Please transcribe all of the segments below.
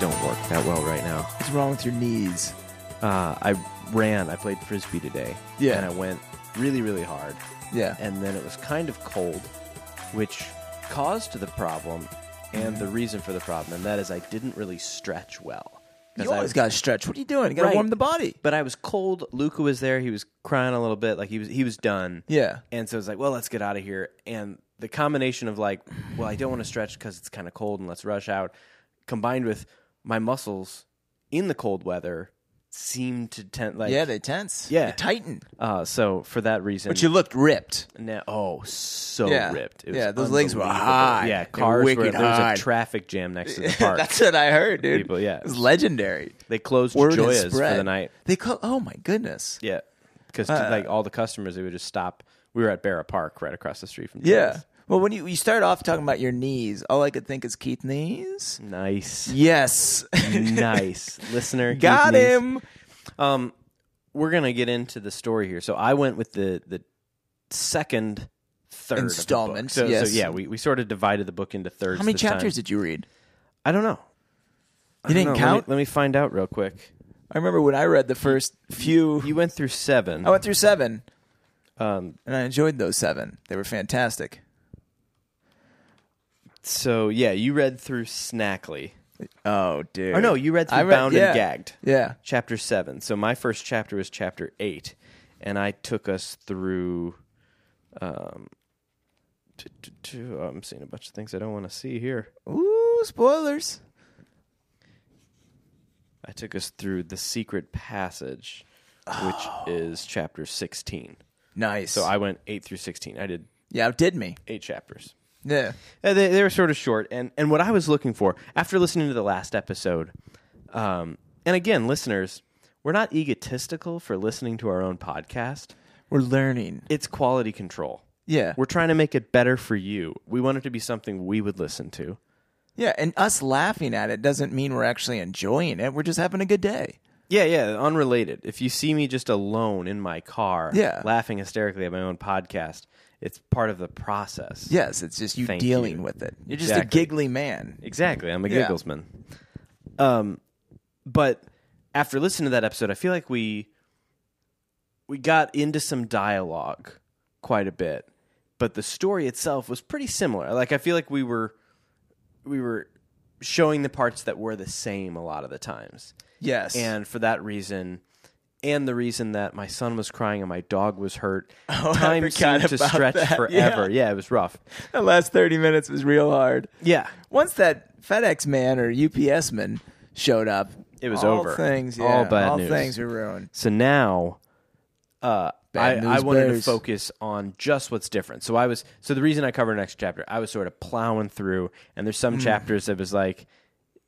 don't work that well right now. What's wrong with your knees? Uh, I ran. I played frisbee today. Yeah. And I went really, really hard. Yeah. And then it was kind of cold, which caused the problem and Mm-hmm. the reason for the problem, and that is I didn't really stretch well. 'Cause You I always was- got to stretch. What are you doing? You got to Right. warm the body. But I was cold. Luca was there. He was crying a little bit. Like he was he was done. Yeah. And so it's like, well, let's get out of here. And the combination of like, well, I don't want to stretch because it's kind of cold and let's rush out, combined with my muscles in the cold weather seem to tend like yeah, they tense. Yeah. They tighten. uh, so for that reason, But you looked ripped. now, oh so Yeah. ripped. It was Yeah, those legs were unbelievable. high. Yeah, They were cars were, wicked there was high. a traffic jam next to the park. That's what I heard, dude. People, yeah. It was legendary. they closed Word had Joya's for spread. Uh, the night. They call, oh my goodness. Yeah, because like all the customers, they would just stop. We were at Barra Park, right across the street from. Yeah. Well, when you, you start off talking about your knees, all I could think is Keith knees. Joe's. nice, Yes. nice listener. Keith got Nees. him. Um, we're gonna get into the story here. So I went with the the second third of the book. Installment, So, so yes. yeah, we, we sort of divided the book into thirds. How many this time. chapters did you read? I don't know. I don't You didn't know. Let me- count? Let me, find out real quick. I remember when I read the first few. You went through seven. I went through seven, Um, and I enjoyed those seven. They were fantastic. so yeah, you read through Snackly. Oh, dude. Oh no, you read I through read- Bound yeah. and Gagged. Yeah. chapter seven. So my first chapter was chapter eight, and I took us through. Um, t- t- t- oh, I'm seeing a bunch of things I don't want to see here. Ooh, spoilers. I took us through the secret passage, which is chapter sixteen. Nice. So I went eight through sixteen. I did yeah, outdid me. eight chapters. Yeah. Uh, They, they were sort of short, and and what I was looking for after listening to the last episode, um, and again, listeners, we're not egotistical for listening to our own podcast. We're learning. It's quality control. Yeah. We're trying to make it better for you. We want it to be something we would listen to. yeah, and us laughing at it doesn't mean we're actually enjoying it. We're just having a good day. Yeah, yeah, unrelated. If you see me just alone in my car, Yeah. laughing hysterically at my own podcast, it's part of the process. Yes, it's just you Thank dealing you. with it. You're just Exactly. a giggly man. Exactly. I'm a Yeah. gigglesman. Um but after listening to that episode, I feel like we we got into some dialogue quite a bit, but the story itself was pretty similar. Like I feel like we were we were showing the parts that were the same a lot of the times. Yes. And for that reason and the reason that my son was crying and my dog was hurt, time Oh, forgot seemed to about stretch that. forever. Yeah. it was rough. the last 30 minutes was real hard. Yeah. Once that FedEx man or UPS man showed up, It was all over. Things, yeah, All bad all news. things were ruined. So now, uh, I, Bad I news wanted to bears. focus on just what's different. So I was so the reason I covered next chapter, I was sort of plowing through, and there's Hmm. some chapters that was like,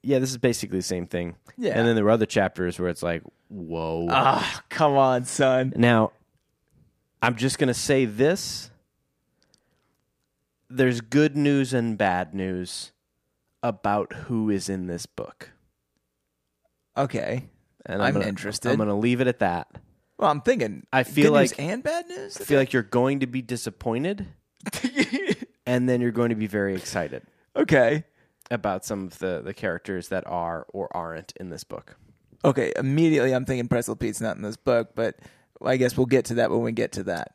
yeah, this is basically the same thing. Yeah. and then there were other chapters where it's like, whoa. Ah, come on, son. now, I'm just gonna say this. There's good news and bad news about who is in this book. Okay. And I'm gonna- interested. I'm going to leave it at that. Well, I'm thinking. I feel good news like- and bad news. I feel like you're going to be disappointed and then you're going to be very excited okay. about some of the, the characters that are or aren't in this book. Okay. Immediately, I'm thinking Pretzel Pete's not in this book, but I guess we'll get to that when we get to that.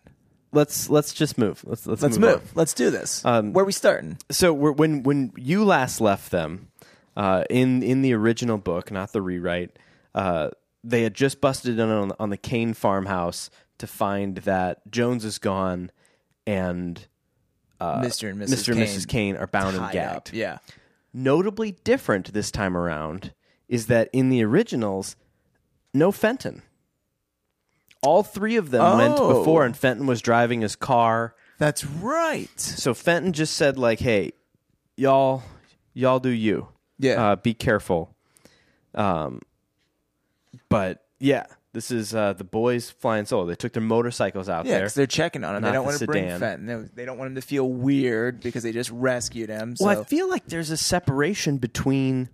Let's let's just move. Let's let's, Let's move. move. on. Let's do this. Um, Where are we starting? So we're, when when you last left them uh, in in the original book, not the rewrite, uh, they had just busted in on, on the Kane farmhouse to find that Jones is gone and uh, Mr. and Mrs. Mr. and Kane Mrs. Kane are bound and Tied gagged. up. Yeah. notably different this time around is that in the originals, no Fenton. All three of them went Oh. before, and Fenton was driving his car. That's right. So Fenton just said, like, "Hey, y'all, y'all do you. Yeah. Uh, be careful." Um, but yeah, this is uh, the boys flying solo. They took their motorcycles out Yeah, there. because they're checking on him. They Not don't the want to bring sedan. Fenton. They- They don't want him to feel weird because they just rescued him. So. Well, I feel like there's a separation between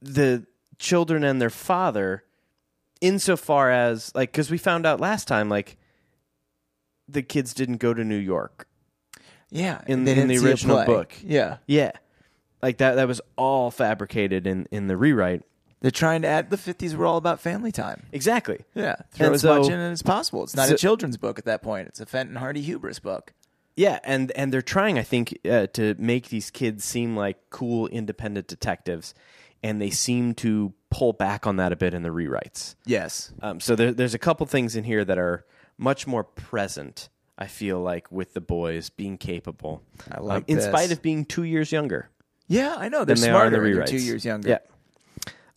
the children and their father insofar as like because we found out last time like the kids didn't go to new york yeah, in- they in didn't the see a original play. book. Yeah, yeah Like that that was all fabricated in in the rewrite. They're trying to add the 50s were all about family time. Exactly. Yeah, throw And as so- much in as possible. It's not so- a children's book at that point. It's a Fenton Hardy hubris book. Yeah, and and they're trying, I think, uh, to make these kids seem like cool, independent detectives, and they seem to pull back on that a bit in the rewrites. Yes. Um, so there, there's a couple things in here that are much more present. I feel like with the boys being capable, um, I like in this. spite of being two years younger Yeah, I know. They're than they are in smarter. the and they're rewrites. two years younger. Yeah.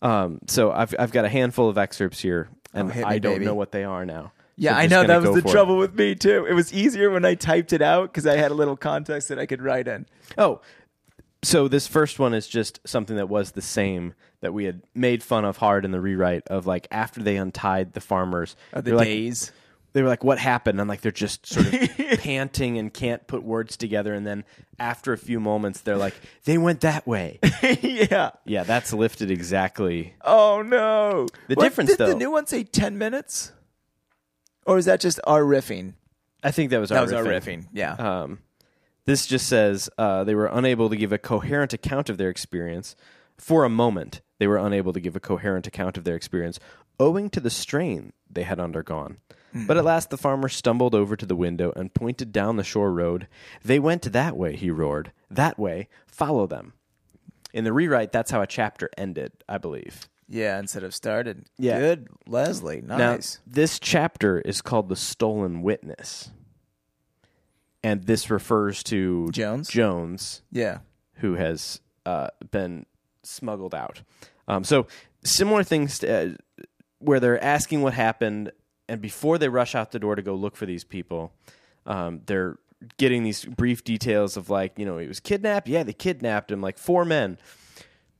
Um, so I've I've got a handful of excerpts here, and Oh, hit me, I don't baby. know what they are now. Yeah, So I'm I just know gonna that was go the for it. trouble with me too. It was easier when I typed it out because I had a little context that I could write in. Oh, so this first one is just something that was the same that we had made fun of hard in the rewrite of like after they untied the farmers. they were like, days. they were like, "What happened?" And like they're just sort of panting and can't put words together. And then after a few moments, they're like, "They went that way." yeah. yeah, that's lifted exactly. Oh no. The What- difference, did though- the new one say ten minutes, or is that just our riffing? I think that was That our was our riffing. riffing. Yeah. Um, this just says uh, they were unable to give a coherent account of their experience. For a moment, they were unable to give a coherent account of their experience owing to the strain they had undergone. Hmm. But at last, the farmer stumbled over to the window and pointed down the shore road. They went that way, he roared. That way, follow them. In the rewrite, that's how a chapter ended, I believe. yeah. Instead of started. Yeah. Good, Leslie. Nice. Now, this chapter is called The Stolen Witness. And this refers to Jones? Jones, yeah. who has uh, been smuggled out. Um, so similar things to, uh, where they're asking what happened, and before they rush out the door to go look for these people, um, they're getting these brief details of like, you know, he was kidnapped. Yeah, they kidnapped him. Like four men,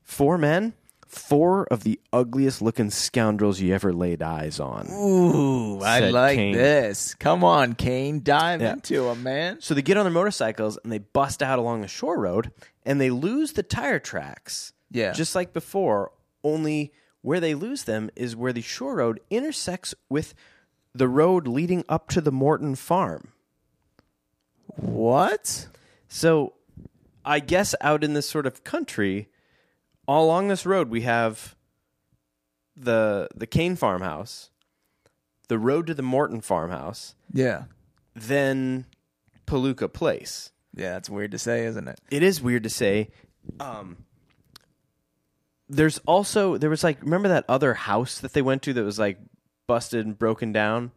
four men, four of the ugliest looking scoundrels you ever laid eyes on. Ooh, I Said like Kane. this. Come on, Kane, dive Yeah. into him, man. So they get on their motorcycles and they bust out along the shore road and they lose the tire tracks. Yeah. Just like before, only where they lose them is where the shore road intersects with the road leading up to the Morton farm. What? So I guess out in this sort of country, all along this road we have the the Kane farmhouse, the road to the Morton farmhouse, Yeah. then Palooka Place. Yeah, that's weird to say, isn't it? it is weird to say. Um, there's also there was like remember that other house that they went to that was like busted and broken down,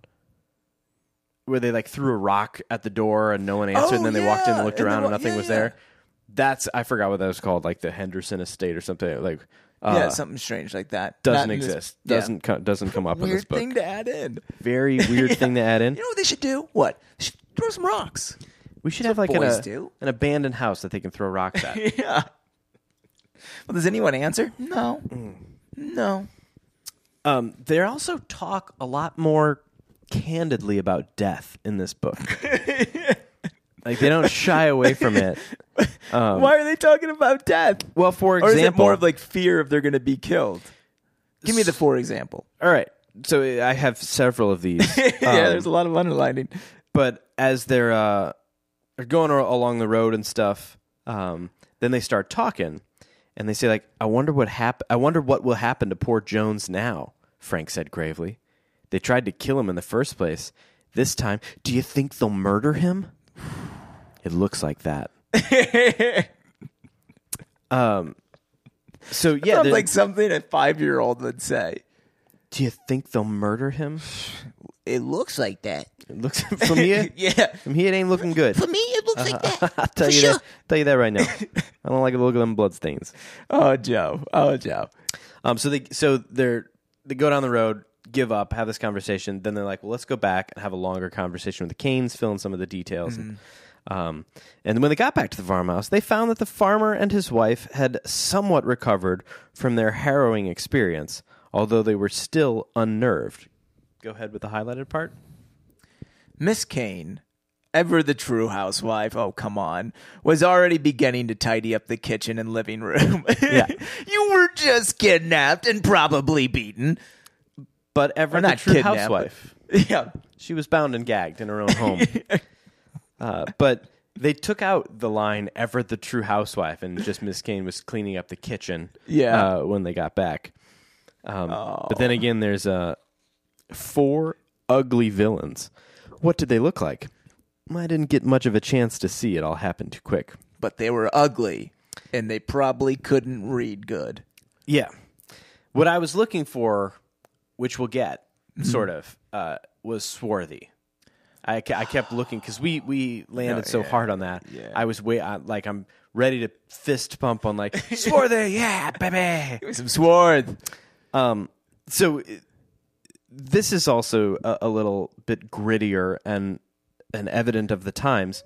where they like threw a rock at the door and no one answered, and Oh, then they walked in yeah, and looked and they around and wa- nothing yeah, was yeah. there. That's I forgot what that was called, like the Henderson Estate or something. Like, uh, yeah, something strange like that. Not doesn't in this- exist. Yeah. Doesn't co- doesn't come up in this Weird book. thing to add in. Very weird thing to add in. You know what they should do? What? They should throw some rocks. we should have like an, boys uh, do. an abandoned house that they can throw rocks at. yeah. Well, does anyone answer? No. Mm. No. Um, they also talk a lot more candidly about death in this book. like they don't shy away from it. Why are they talking about death? Well, Um, for Or is it example, more of like fear of they're going to be killed? Give me the for example. all right. So I have several of these, yeah, Um, there's a lot of underlining. but as they're uh, they're going a- along the road and stuff, um, then they start talking, and they say like, "I wonder what hap- I wonder what will happen to poor Jones now." Frank said gravely. They tried to kill him in the first place. This time, do you think they'll murder him? It looks like that. Um. So yeah, Sounds they're- like something a five year old would say. do you think they'll murder him? It looks like that. It looks from here. yeah. From here, it ain't looking good. me, it looks like that. I'll tell for you sure. that. Tell you that right now. I don't like the look of them bloodstains. Oh, Joe. Oh, Joe. Um, so they so they're they go down the road, give up, have this conversation. Then they're like, well, let's go back and have a longer conversation with the Canes, fill in some of the details. And, Mm-hmm. um, and when they got back to the farmhouse, they found that the farmer and his wife had somewhat recovered from their harrowing experience, although they were still unnerved. Go ahead with the highlighted part. Miss Kane, ever the true housewife, oh come on, was already beginning to tidy up the kitchen and living room. Yeah. you were just kidnapped and probably beaten. But ever Or the not true kidnapped, housewife. Yeah. She was bound and gagged in her own home. uh, but They took out the line "ever the true housewife" and just Miss Kane was cleaning up the kitchen. Yeah. uh, when they got back. Um, But then again, there's uh, four ugly villains. What did they look like? I didn't get much of a chance to see. It all happened too quick. But they were ugly, and they probably couldn't read good. Yeah. What I was looking for, which we'll get, Mm-hmm. sort of, uh, was swarthy. I, ke- I kept looking because we, we landed so hard on that. Oh, yeah. I was way I, like I'm ready to fist pump on like swarthy, yeah, baby. Give me some swarth. Um, so it- this is also a, a little bit grittier and and evident of the times.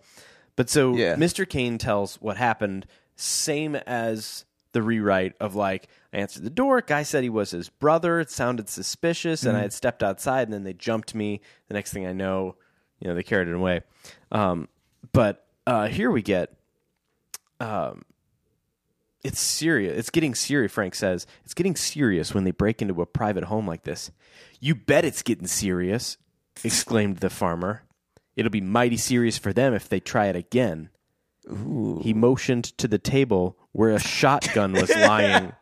But so Yeah. Mr. Kane tells what happened, same as the rewrite of like I answered the door. Guy said he was his brother. It sounded suspicious, and I had stepped outside, and then they jumped me. The next thing I know, you know, they carried it away. Um, but uh, here we get it's serious. It's getting serious, Frank says. It's getting serious when they break into a private home like this. You bet it's getting serious, exclaimed the farmer. It'll be mighty serious for them if they try it again. He motioned to the table where a shotgun was lying.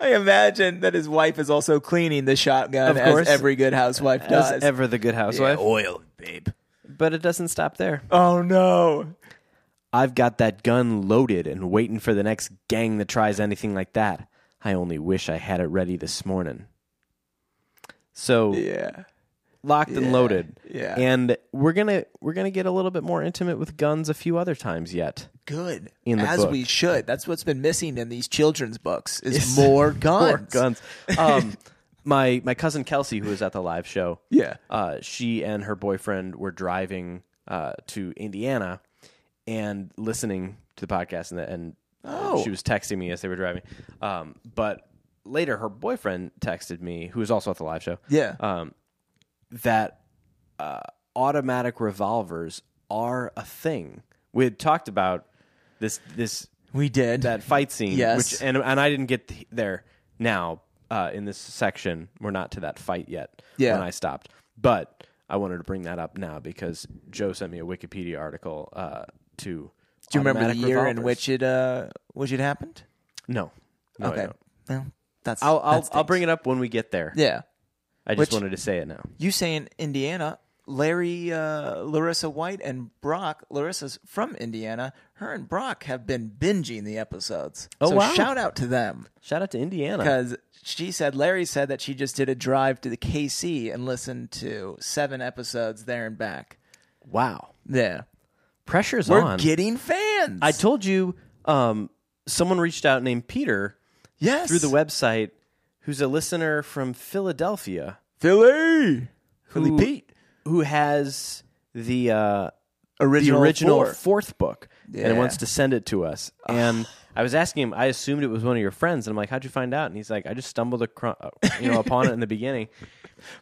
I imagine that his wife is also cleaning the shotgun, Of course. as every good housewife does. As ever the good housewife. oil, babe. But it doesn't stop there. Oh no! I've got that gun loaded and waiting for the next gang that tries anything like that. I only wish I had it ready this morning. So Yeah. locked and loaded. yeah. And we're gonna we're gonna get a little bit more intimate with guns a few other times yet. Good. In the as book. we should. That's what's been missing in these children's books is more guns. More guns. Um, my my cousin Kelsey, who was at the live show, Yeah. uh, she and her boyfriend were driving uh, to Indiana and listening to the podcast, and, and uh, Oh. she was texting me as they were driving. Um, but later, her boyfriend texted me, who was also at the live show. Yeah. um, that uh, automatic revolvers are a thing. We had talked about this this we did. that fight scene, Yes. which and and I didn't get th- there now uh, in this section. We're not to that fight yet. Yeah. when I stopped, but I wanted to bring that up now because Joe sent me a Wikipedia article uh, to. Do you remember the automatic year in revolvers. which it uh which it happened? No, no, I okay. don't. Well, that's I'll that I'll, I'll stinks. bring it up when we get there. Yeah. I just which- wanted to say it now. You saying Indiana? Larry, uh, Larissa White, and Brock. Larissa's from Indiana. Her and Brock have been binging the episodes. Oh, so wow. Shout out to them. Shout out to Indiana. because she said Larry said that she just did a drive to the KC and listened to seven episodes there and back. Wow, Yeah, pressure's we're on. getting fans. I told you um, someone reached out named Peter yes through the website who's a listener from Philadelphia Philly, Philly who, Pete who has the uh, the original original four. fourth book and Yeah. wants to send it to us. And I was asking him, I assumed it was one of your friends and I'm like, how'd you find out? And he's like, I just stumbled across, you know, upon it in the beginning.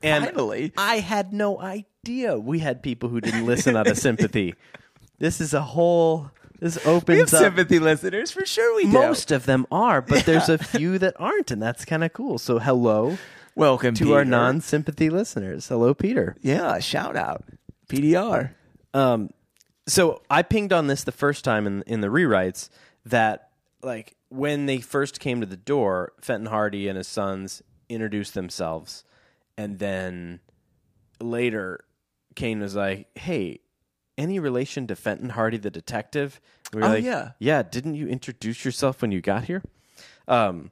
And Finally. I had no idea we had people who didn't listen out of sympathy. This is a whole this opens We have up sympathy listeners for sure. We do. Most of them are, but there's a few that aren't, and that's kind of cool. So, hello welcome to our non sympathy listeners. Hello, Peter. Yeah, shout out PDR. Um, so, I pinged on this the first time in, in the rewrites that, like, when they first came to the door, Fenton Hardy and his sons introduced themselves, and then later, Kane was like, hey, any relation to Fenton Hardy the detective? And we were Oh, like, yeah. yeah, didn't you introduce yourself when you got here? Um,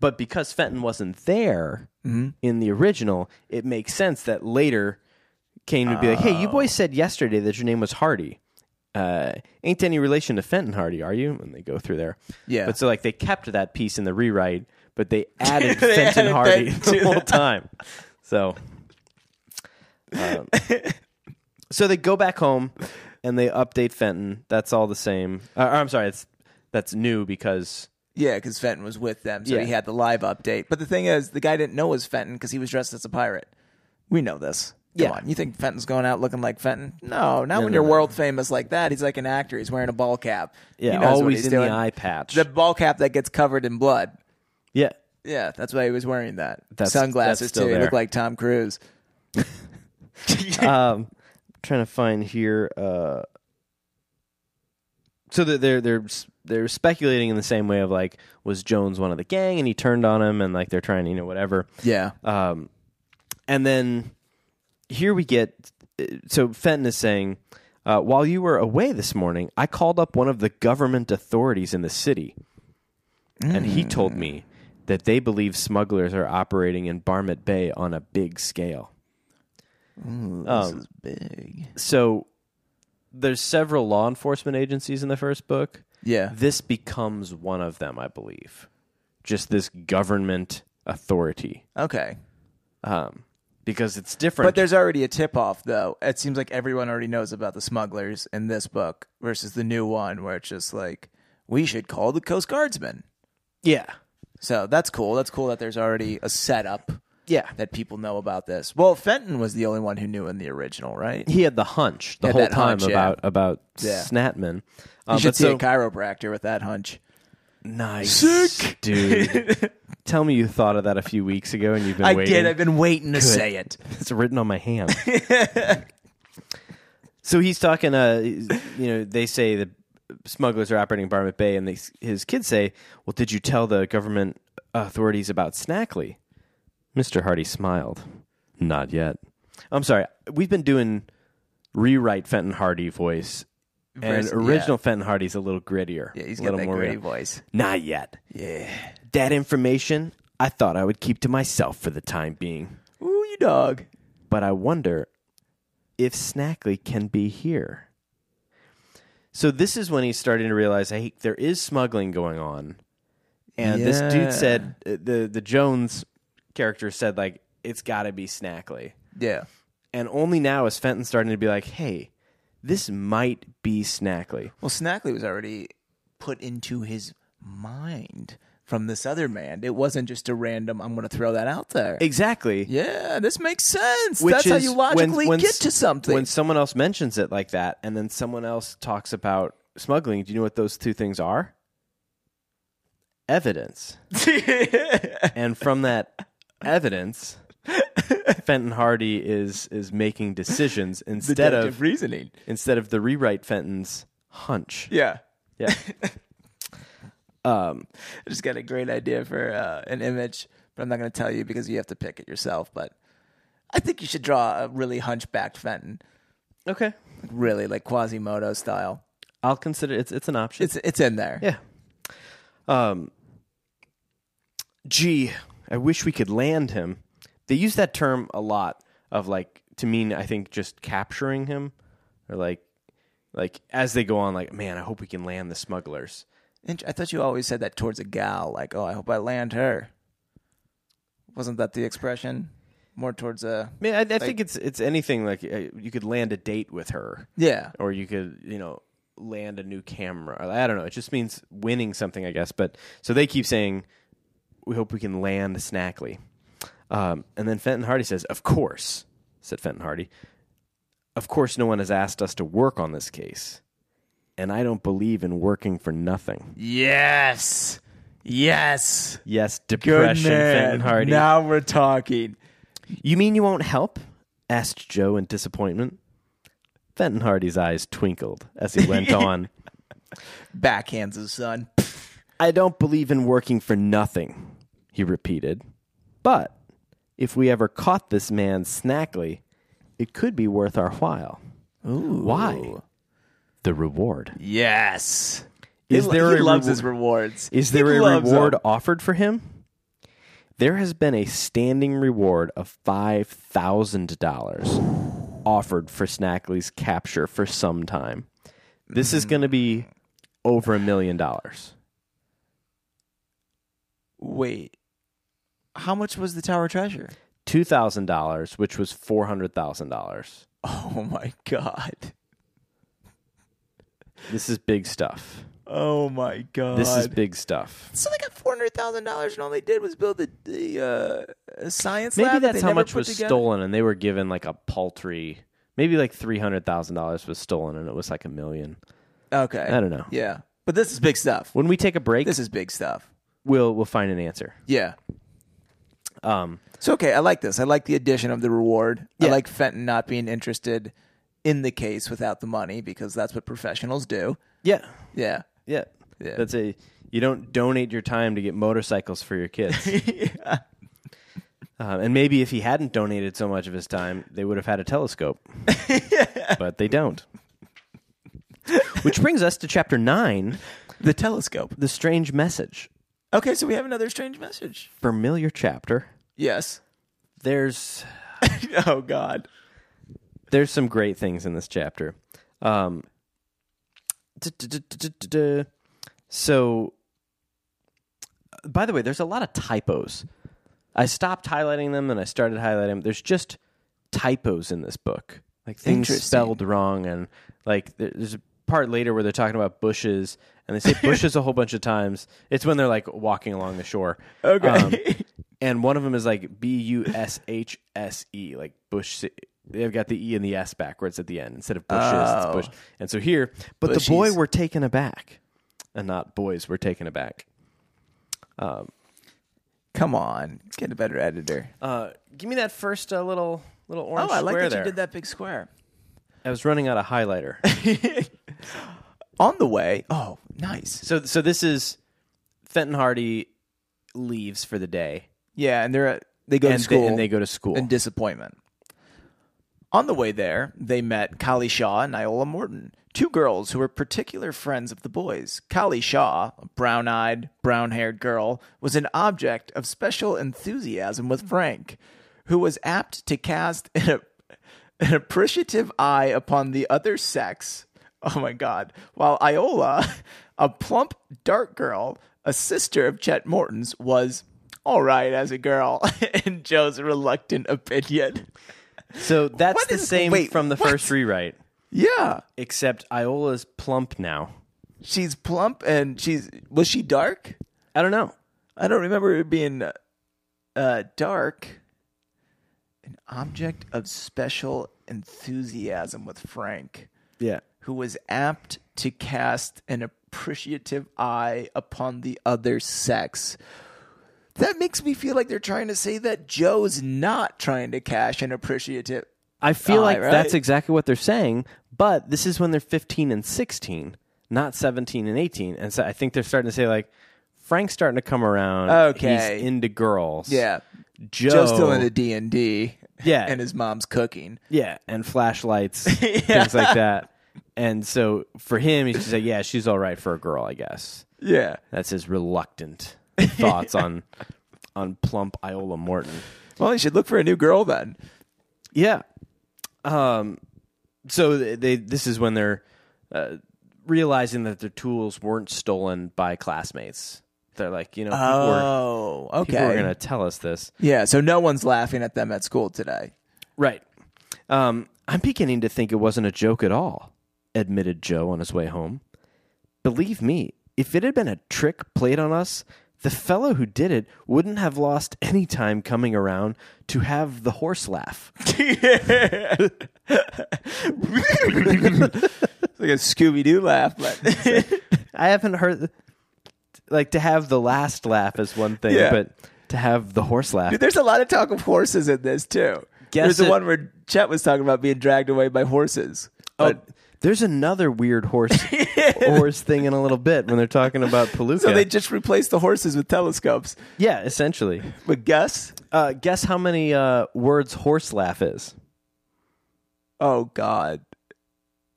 but because Fenton wasn't there Mm-hmm. in the original, it makes sense that later Kane would be like, "Hey, you Oh. boys said yesterday that your name was Hardy. Uh, ain't any relation to Fenton Hardy, are you?" And they go through there. Yeah. But so like they kept that piece in the rewrite, but they added They Fenton added Hardy that the to whole that. time. So. um, so they go back home and they update Fenton. That's all the same. Uh, or, I'm sorry, it's that's new because Yeah, because Fenton was with them, so Yeah. he had the live update. But the thing is, the guy didn't know it was Fenton because he was dressed as a pirate. We know this. Come Yeah. on. You think Fenton's going out looking like Fenton? No, not when no, you're no. world famous like that. He's like an actor. He's wearing a ball cap. He yeah, knows what always he's in doing. the eye patch. The ball cap that gets covered in blood. yeah, Yeah, that's why he was wearing that. That's- that's Sunglasses still too. He there. looked like Tom Cruise. um, trying to find here. Uh, so that they're they're they're speculating in the same way of like was Jones one of the gang and he turned on him and like they're trying to you know whatever. Yeah. Um, and then here we get so Fenton is saying, uh, while you were away this morning, I called up one of the government authorities in the city, and he told me Mm. that they believe smugglers are operating in Barmet Bay on a big scale. Um, this is big. So there's several law enforcement agencies in the first book. Yeah. This becomes one of them, I believe. Just this government authority. Okay. Um, because it's different. But there's already a tip off though. It seems like everyone already knows about the smugglers in this book versus the new one where it's just like we should call the coast guardsmen. yeah. So that's cool. That's cool that there's already a setup Yeah. that people know about this. Well, Fenton was the only one who knew in the original, right? he had the hunch the Had whole that time hunch, yeah. about about Yeah. Snatman. Um, You should but see so- a chiropractor with that hunch. nice, Sick. dude. Tell me you thought of that a few weeks ago and you've been I waiting. did. I've been waiting to say it. It's written on my hand. so he's talking. Uh, you know, they say the smugglers are operating Barmit Bay, and they, his kids say, "Well, did you tell the government authorities about Snackley?" Mister Hardy smiled. Not yet. I'm sorry. We've been doing rewrite Fenton Hardy voice, and Vers- original Fenton Hardy's a little grittier. Yeah, he's a got little that more gritty real. voice. Not yet. Yeah. That information I thought I would keep to myself for the time being Ooh, you dog. but I wonder if Snackley can be here. So this is when he's starting to realize hey, there is smuggling going on, and this Yeah. dude said uh, the the Jones character said like it's got to be Snackley, Yeah. and only now is Fenton starting to be like, hey, this might be Snackley. Well, Snackley was already put into his mind from this other man. It wasn't just a random. I'm going to throw that out there. Exactly. yeah, this makes sense. Which That's how is you when- logically when get s- to something. When someone else mentions it like that, and then someone else talks about smuggling, do you know what those two things are? Evidence. and from that evidence, Fenton Hardy is is making decisions instead Deductive of reasoning. instead of the rewrite Fenton's hunch. Yeah. Yeah. um, I just got a great idea for uh, an image, but I'm not going to tell you because you have to pick it yourself. But I think you should draw a really hunchbacked Fenton, okay, like really like Quasimodo style. I'll consider it's it's an option. It's it's in there. yeah. Um. Gee, I wish we could land him. They use that term a lot of like to mean I think just capturing him or like like as they go on like man I hope we can land the smugglers. Int- I thought you always said that towards a gal, like, "Oh, I hope I land her." Wasn't that the expression? More towards a I mean, I, I think it's it's anything like uh, you could land a date with her, yeah, or you could you know land a new camera. I don't know. It just means winning something, I guess. But so they keep saying, "We hope we can land Snackley," um, and then Fenton Hardy says, "Of course," said Fenton Hardy. Of course, no one has asked us to work on this case, and I don't believe in working for nothing. yes, yes. Yes, depression, Fenton Hardy. Now we're talking. You mean you won't help? asked Joe in disappointment. Fenton Hardy's eyes twinkled as he went on. Backhands his son. I don't believe in working for nothing, he repeated. But if we ever caught this man Snackley, it could be worth our while. Ooh. Why? The reward. Yes. Is he, there he a loves reward- his rewards. Is He there a loves reward them. offered for him? There has been a standing reward of $5,000 offered for Snackley's capture for some time. This Mm-hmm. is going to be over a million dollars. Wait, how much was the Tower Treasure? $2,000, which was $400,000. Oh my god. This is big stuff. Oh my god. This is big stuff. So they got four hundred thousand dollars, and all they did was build the, the uh, a science lab. Maybe that that's they how never much put was together. stolen, and they were given like a paltry, maybe like $300,000 was stolen, and it was like a million. Okay, I don't know. Yeah, but this is big stuff. When we take a break, This is big stuff. we'll, we'll find an answer. Yeah. Um, So okay, I like this. I like the addition of the reward. Yeah. I like Fenton not being interested in the case without the money because that's what professionals do. Yeah. Yeah. Yeah. Yeah. That's a you don't donate your time to get motorcycles for your kids. Um, and maybe if he hadn't donated so much of his time, they would have had a telescope. But they don't. Which brings us to chapter 9, The telescope. the strange message. Okay, so we have another strange message. Familiar chapter. Yes. There's oh God. there's some great things in this chapter. Um, du-du-du-du-du-du-du. so, uh, by the way, there's a lot of typos. I stopped highlighting them and I started highlighting them. There's just typos in this book, like things Interesting. spelled wrong, and like there- there's a part later where they're talking about bushes and they say bushes a whole bunch of times. It's when they're like walking along the shore. Okay. Um, and one of them is like B U S H S E, like bush. ci- They've got the E and the S backwards at the end instead of bushes. Oh. It's bush. And so here, but the boy Bushies. were taken aback, and not boys were taken aback. Come on, get a better editor. Uh, give me that first uh, little little Oh, orange I like square that there. you did that big square. I was running out of highlighter. On the way. Oh, nice. so so this is Fenton Hardy leaves for the day, Yeah, and they're they go and to school They, and they go to school. and disappointment. On the way there, they met Kali Shaw and Iola Morton, two girls who were particular friends of the boys. Kali Shaw, a brown eyed, brown haired girl, was an object of special enthusiasm with Frank, who was apt to cast an, an appreciative eye upon the other sex. Oh my God. While Iola, a plump, dark girl, a sister of Chet Morton's, was all right as a girl, in Joe's reluctant opinion. so that's What the is- same wait, from the what? first rewrite, Yeah. except Iola's plump now. She's plump and she's was she dark? I don't know. I don't remember it being uh, uh, dark. An object of special enthusiasm with Frank, Yeah. who was apt to cast an appreciative eye upon the other sex. That makes me feel like they're trying to say that Joe's not trying to cash an appreciative. I feel Eye, like right? that's exactly what they're saying, but this is when they're 15 and 16, not 17 and 18. And so I think they're starting to say, like, Frank's starting to come around. Okay. He's into girls. Yeah, Joe. Joe's still into D and D. Yeah. and his mom's cooking. yeah. And flashlights, things like that. And so for him, he's just like, yeah, she's all right for a girl, I guess. Yeah, That's his reluctant thoughts on on plump Iola Morton. Well, you should look for a new girl then. Yeah. Um, so they, they this is when they're uh, realizing that their tools weren't stolen by classmates. They're like, you know, people, are Oh, okay. people are going to tell us this, yeah, so no one's laughing at them at school today. right? Um, I'm beginning to think it wasn't a joke at all," admitted Joe on his way home. "Believe me, if it had been a trick played on us." The fellow who did it wouldn't have lost any time coming around to have the horse laugh. It's like a Scooby Doo laugh, but I haven't heard like to have the last laugh is one thing, Yeah. but to have the horse laugh. there's a lot of talk of horses in this too. Guess there's the it- one where Chet was talking about being dragged away by horses. Oh, But- there's another weird horse horse thing in a little bit when they're talking about Palooka. so they just replaced the horses with telescopes. yeah, essentially. But Gus, Uh, guess how many uh, words horse laugh is? oh god,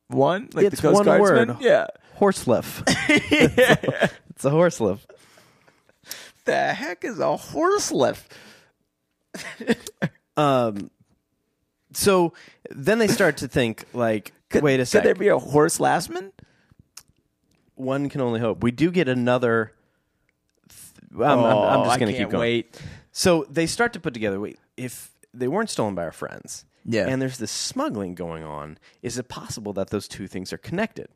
one like It's the one Coast Guardsman? word. Yeah, Horse laugh. it's a horse laugh. the heck is a horse lift? Um, so then they start to think like, wait a Could second. there be a horse lastman? one can only hope. We do get another. Th- I'm, I'm- I'm Oh, just I going to keep can't going. wait. So they start to put together. Wait, if they weren't stolen by our friends, Yeah. and there's this smuggling going on, is it possible that those two things are connected?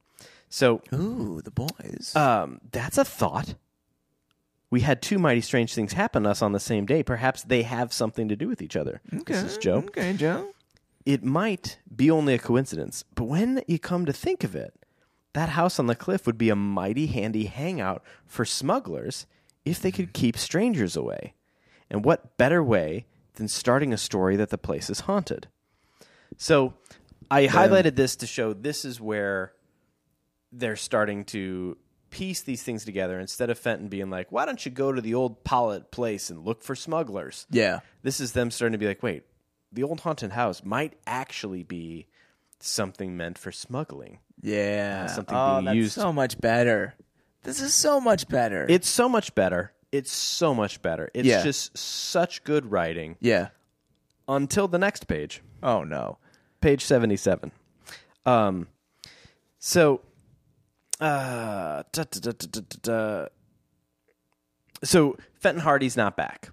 So Ooh, the boys. um, that's a thought. We had two mighty strange things happen to us on the same day. Perhaps they have something to do with each other. This is Joe. Okay, Joe. It might be only a coincidence, but when you come to think of it, that house on the cliff would be a mighty handy hangout for smugglers if they could keep strangers away. And what better way than starting a story that the place is haunted? So I highlighted this to show this is where they're starting to piece these things together instead of Fenton being like, "Why don't you go to the old Pollitt place and look for smugglers?" Yeah. This is them starting to be like, "Wait, the old haunted house might actually be something meant for smuggling." Yeah. something oh, being that's used. so much better. This is so much better. It's so much better. It's so much better. It's Yeah. just such good writing yeah. until the next page. Oh no. page 77 um so uh da, da, da, da, da, da, da. so fenton hardy's not back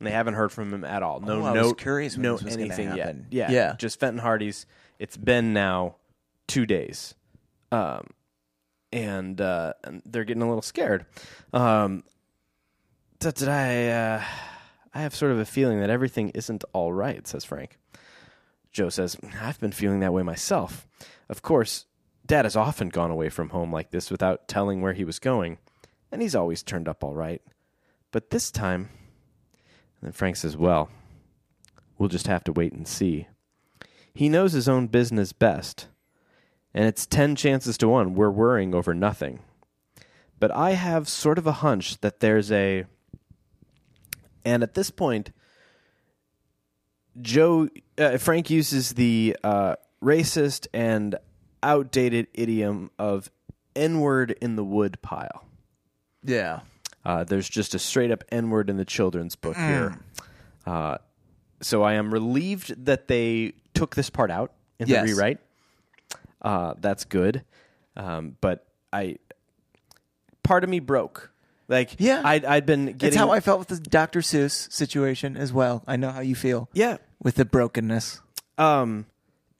and they haven't heard from him at all no Oh, I was note curious when no this was gonna anything yet happen. yeah Yeah. just fenton hardy's it's been now two days um and uh and they're getting a little scared um da, da, da, uh, i have sort of a feeling that everything isn't all right says frank Joe says, I've been feeling that way myself. Of course, Dad has often gone away from home like this without telling where he was going, and he's always turned up all right. But this time. And then Frank says, Well, we'll just have to wait and see. He knows his own business best, and it's 10 chances to 1 we're worrying over nothing. But I have sort of a hunch that there's a. And at this point, Joe uh, Frank uses the uh, racist and outdated idiom of "n word in the wood pile." Yeah. Uh, there's just a straight up "n word" in the children's book Mm. here, uh, so I am relieved that they took this part out in Yes. the rewrite. Uh, that's good, um, but I part of me broke. Like Yeah. I'd, I'd been getting It's how I felt with the Dr. Seuss situation as well. I know how you feel yeah with the brokenness. Um,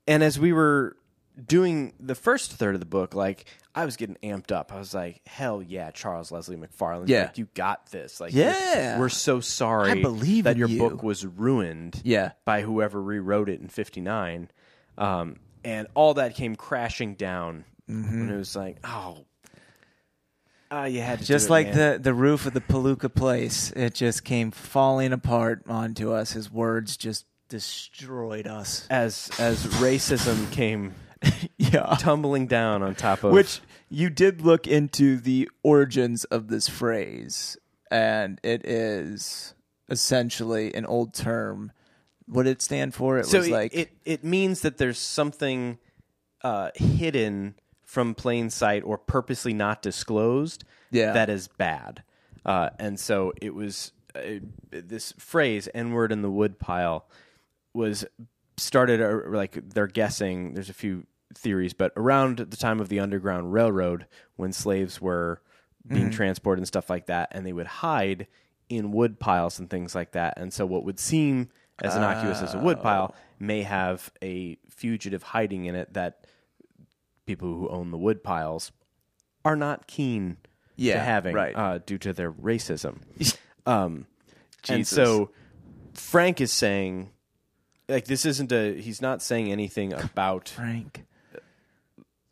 and as we were doing the first third of the book, like I was getting amped up. I was like, "Hell yeah, Charles Leslie McFarlane! Yeah. like, you got this! Like, Yeah. we're, we're so sorry. I believe that in your you." book was ruined. Yeah. by whoever rewrote it in '59. Um, and all that came crashing down, Mm-hmm. and it was like, oh, ah, you had to Just do it, like man. the, the roof of the Palooka place, it just came falling apart onto us. His words just destroyed us. as as racism came Yeah. tumbling down on top of Which you did look into the origins of this phrase, and it is essentially an old term. What did it stand for? It so was it, like it, it means that there's something uh, hidden from plain sight or purposely not disclosed Yeah. that is bad uh, and so it was uh, this phrase n-word in the wood pile was started uh, like they're guessing there's a few theories but around the time of the underground railroad when slaves were being transported and stuff like that and they would hide in wood piles and things like that and so what would seem as innocuous as a wood pile may have a fugitive hiding in it that people who own the wood piles are not keen to Yeah, having right. uh, due to their racism. um, and so Frank is saying, like, this isn't a, he's not saying anything about, Frank.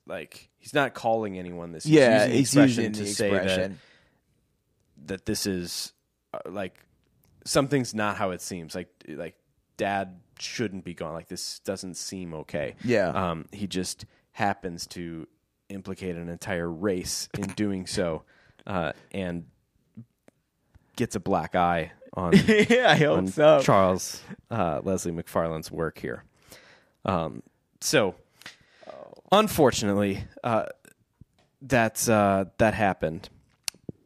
like, he's not calling anyone this. He's Yeah, using the he's expression using to the say expression. That, that this is, uh, like, something's not how it seems. Like, like, dad shouldn't be gone. Like, this doesn't seem okay. Yeah. Um, he just happens to implicate an entire race in doing so, uh, and gets a black eye on, yeah, I hope on so. Charles uh, Leslie McFarland's work here. Um, so, unfortunately, uh, that's uh, that happened.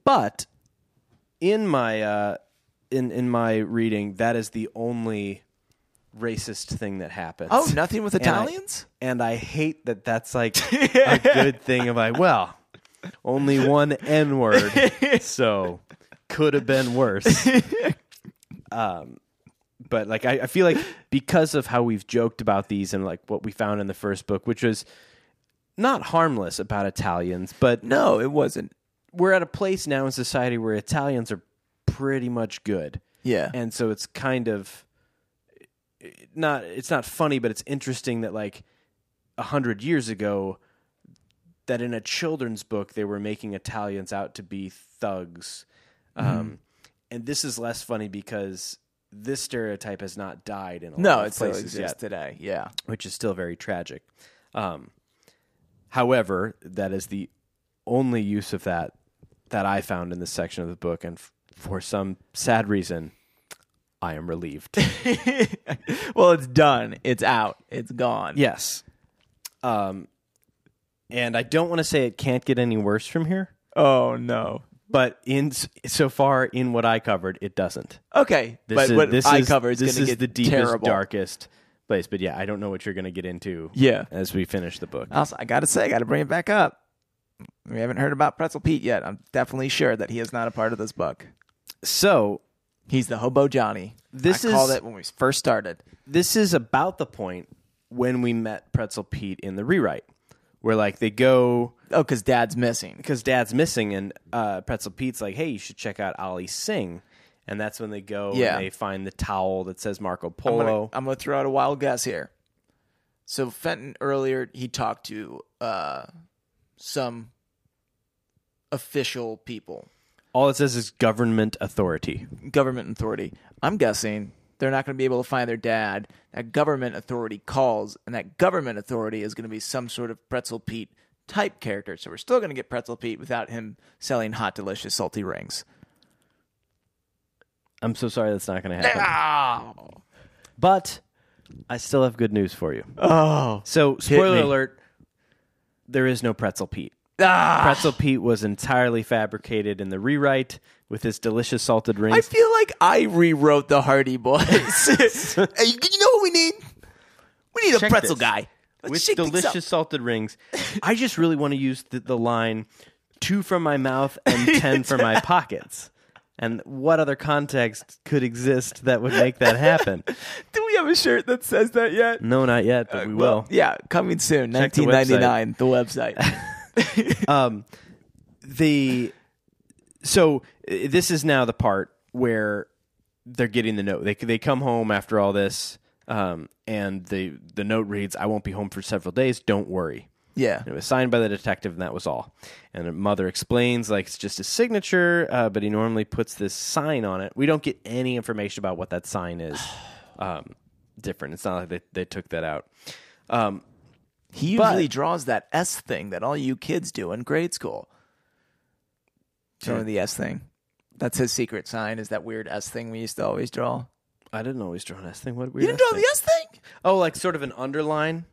But in my uh, in in my reading, that is the only racist thing that happens. oh, nothing with And I- Italians? and I hate that that's like a good thing of like, well, only one N word, so could have been worse. Um, but like, I, I feel like because of how we've joked about these and like what we found in the first book, which was not harmless about Italians, but no, it wasn't. we're at a place now in society where Italians are pretty much good Yeah. and so it's kind of not it's not funny but it's interesting that like a hundred years ago that in a children's book they were making Mm-hmm. italians out to be thugs um, and this is less funny because this stereotype has not died in a No, lot it of still places yet. exists today. Yeah. which is still very tragic. Um, however, that is the only use of that that I found in this section of the book, and f- for some sad reason, I am relieved. well, it's done. It's out. It's gone. yes. Um, and I don't want to say it can't get any worse from here, Oh no. but in s- so far in what I covered, it doesn't. Okay. This but is, what this I is, cover is this going to is get the deepest, terrible. darkest place. But yeah, I don't know what you're going to get into Yeah. Uh, as we finish the book. Also, I gotta say, I gotta bring it back up. We haven't heard about Pretzel Pete yet. I'm definitely sure that he is not a part of this book. So He's the hobo Johnny. This I called is- it when we first started. this is about the point when we met Pretzel Pete in the rewrite, where like they go Oh, because Dad's missing. because Dad's missing, and uh, Pretzel Pete's like, "Hey, you should check out Ali Singh," and that's when they go Yeah. and they find the towel that says Marco I'm Polo. gonna, I'm gonna throw out a wild guess here. So Fenton earlier he talked to uh, some official people, All it says is government authority. government authority. I'm guessing they're not gonna be able to find their dad. That government authority calls, and that government authority is gonna be some sort of Pretzel Pete type character. So we're still gonna get Pretzel Pete without him selling hot, delicious, salty rings. I'm so sorry that's not going to happen, Ah! but I still have good news for you. Oh, So, spoiler me. alert: there is no Pretzel Pete. ah! Pretzel Pete was entirely fabricated in the rewrite with his delicious salted I rings. feel like I rewrote the Hardy Boys. Hey, you know what we need? We need Check a pretzel this. guy. Let's with shake things up. delicious salted rings. I just really want to use the, the line two from my mouth and ten from my pockets. And what other context could exist that would make that happen? Do we have a shirt that says that yet? No, not yet, but we will. yeah, coming soon. the Nineteen ninety nine. 1999, The website. The so uh, this is now the part where they're getting the note. They they come home after all this, um, and the the note reads, "I won't be home for several days. Don't worry." yeah. And it was signed by the detective, and that was all. And the mother explains, like, it's just a signature, uh, but he normally puts this sign on it. We don't get any information about what that sign is. Um, different. It's not like they, they took that out. He usually draws that S thing that all you kids do in grade school. Do you remember the S thing? That's his secret sign. Is that weird S thing we used to always draw? I didn't always draw an S thing. What You weird S didn't draw thing? the S thing? Oh, like sort of an underline,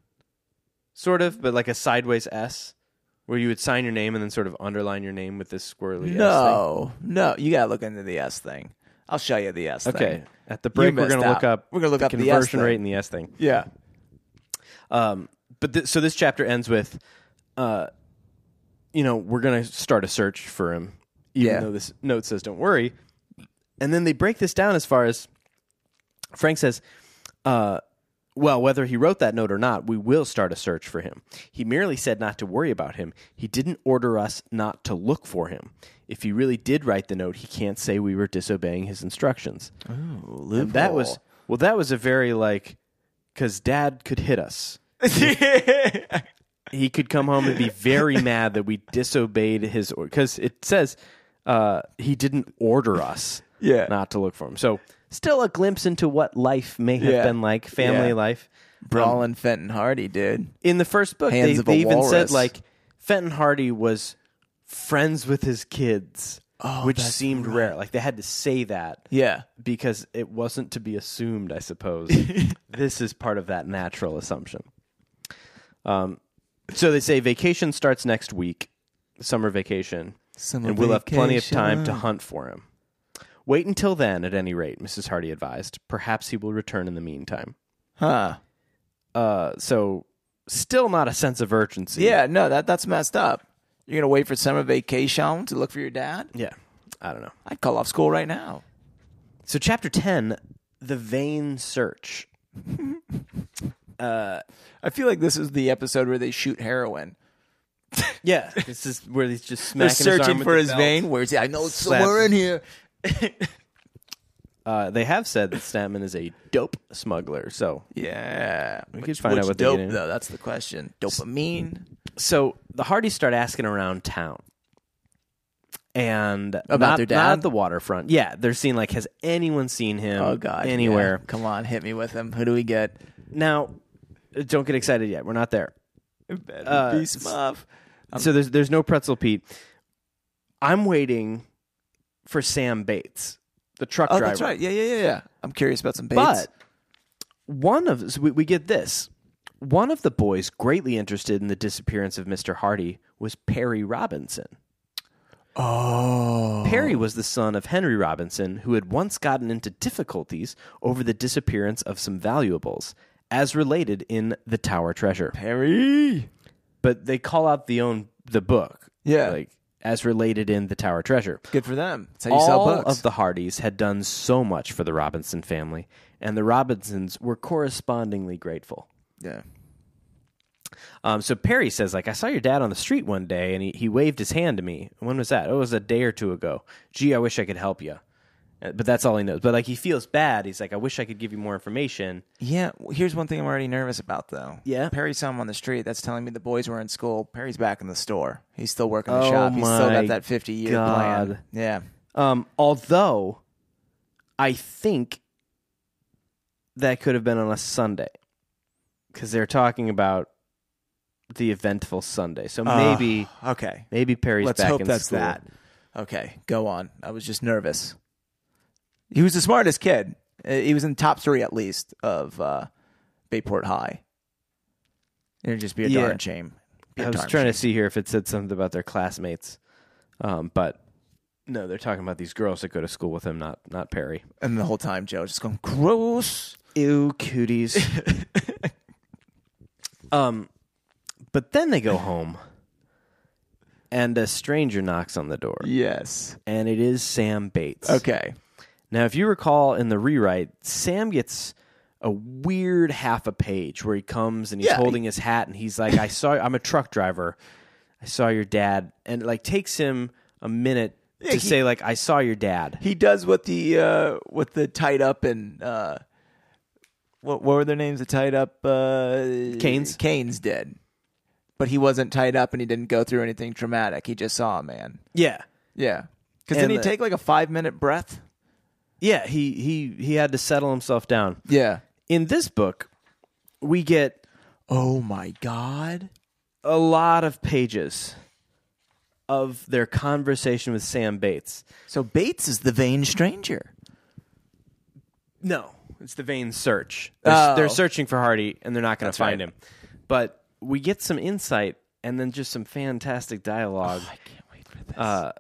sort of, but like a sideways S, where you would sign your name and then sort of underline your name with this squirrely S No, no. You gotta look into the S thing. I'll show you the S thing. thing. Okay. At the break, we're missed going to look out. up We're gonna look the up the S conversion thing. rate and the S thing. Yeah. Um, but th- so this chapter ends with, uh, you know, we're gonna start a search for him, even Yeah. though this note says don't worry. And then they break this down as far as Frank says, uh, well, whether he wrote that note or not, we will start a search for him. He merely said not to worry about him. He didn't order us not to look for him. If he really did write the note, he can't say we were disobeying his instructions. Oh, Loophole. That was well, that was a very like, because Dad could hit us. he could come home and be very mad that we disobeyed his order because it says uh, he didn't order us Yeah. not to look for him. So still a glimpse into what life may have Yeah. been like, family Yeah. life. Brawling Fenton Hardy, dude. In the first book, Hands they, of a they even said walrus. like Fenton Hardy was friends with his kids, Oh, which seemed rare. Like they had to say that Yeah. because it wasn't to be assumed, I suppose. this is part of that natural assumption. Um, so they say vacation starts next week, summer vacation, Summer and we'll have plenty of time to hunt for him. Wait until then, at any rate, Mrs. Hardy advised. Perhaps he will return in the meantime. Huh. Uh, so, still not a sense of urgency. Yeah, no, that that's messed up. You're gonna wait for summer vacation to look for your dad? Yeah. I don't know. I'd call off school right now. So, chapter 10, The Vain Search. I feel like this is the episode where they shoot heroin. Yeah. this is where he's just They're smacking his arm searching with for the his belt. vein. Where's he? I know it's Slap. somewhere in here. Uh, they have said that Statman is a dope smuggler. So, Yeah, we could find out what they dope get in. though. That's the question. Dopamine. so the Hardys start asking around town, and About not, their dad? not at the waterfront. Yeah, they're seen like, has anyone seen him? Oh God! anywhere? yeah. Come on, hit me with him. Who do we get? Now, uh, don't get excited yet. We're not there. Uh, be Smuff. so there's there's no pretzel Pete. I'm waiting for Sam Bates, the truck Oh, driver. that's right. Yeah, yeah, yeah, yeah. I'm curious about some baits. But one of so we, we get this. One of the boys greatly interested in the disappearance of Mr. Hardy was Perry Robinson. oh, Perry was the son of Henry Robinson, who had once gotten into difficulties over the disappearance of some valuables, as related in The Tower Treasure. Perry. But they call out the own the book. Yeah. Like as related in The Tower Treasure. Good for them. That's how you sell All books. of the Hardys had done so much for the Robinson family, and the Robinsons were correspondingly grateful. yeah. Um, so Perry says, like, I saw your dad on the street one day, and he, he waved his hand to me. When was that? Oh, it was a day or two ago. Gee, I wish I could help you. Uh, But that's all he knows. But like, he feels bad. He's like, I wish I could give you more information. Yeah. well, Here's one thing I'm already nervous about, though. Yeah? Perry saw him on the street. That's telling me the boys were in school. Perry's back in the store. He's still working the Oh shop. He's still my got that 50 year God. plan. Yeah. Um, although, I think that could have been on a Sunday because they're talking about the eventful Sunday. So maybe, Ah, okay. maybe Perry's Let's back hope in that's school. that. Okay. Go on. I was just nervous. He was the smartest kid. Uh, He was in the top three at least of uh, Bayport High. It'd just be a Yeah. darn shame. Be a I was darn trying to shame. see here if it said something about their classmates, um, but no, they're talking about these girls that go to school with him, not not Perry. and the whole time Joe just going gross. Ew, cooties. um, but then they go home, and a stranger knocks on the door, Yes. and it is Sam Bates. Okay. Now, if you recall in the rewrite, Sam gets a weird half a page where he comes and he's Yeah. holding his hat and he's like, "I saw. I'm a truck driver. I saw your dad," and it, like takes him a minute to he- say, "Like I saw your dad." he does what the uh what the tied up and uh what what were their names the tied up uh Canes? Canes did. But he wasn't tied up and he didn't go through anything traumatic. He just saw a man. Yeah, Yeah. Cuz And then he the- take like a 5 minute breath. yeah. He he he had to settle himself down. Yeah. In this book, we get Oh my god. a lot of pages of their conversation with Sam Bates. So Bates is the vain stranger. No, it's the vain search. They're, Oh. they're searching for Hardy, and they're not going to find right. him. But we get some insight, and then just some fantastic dialogue. Oh, I can't wait for this. Uh,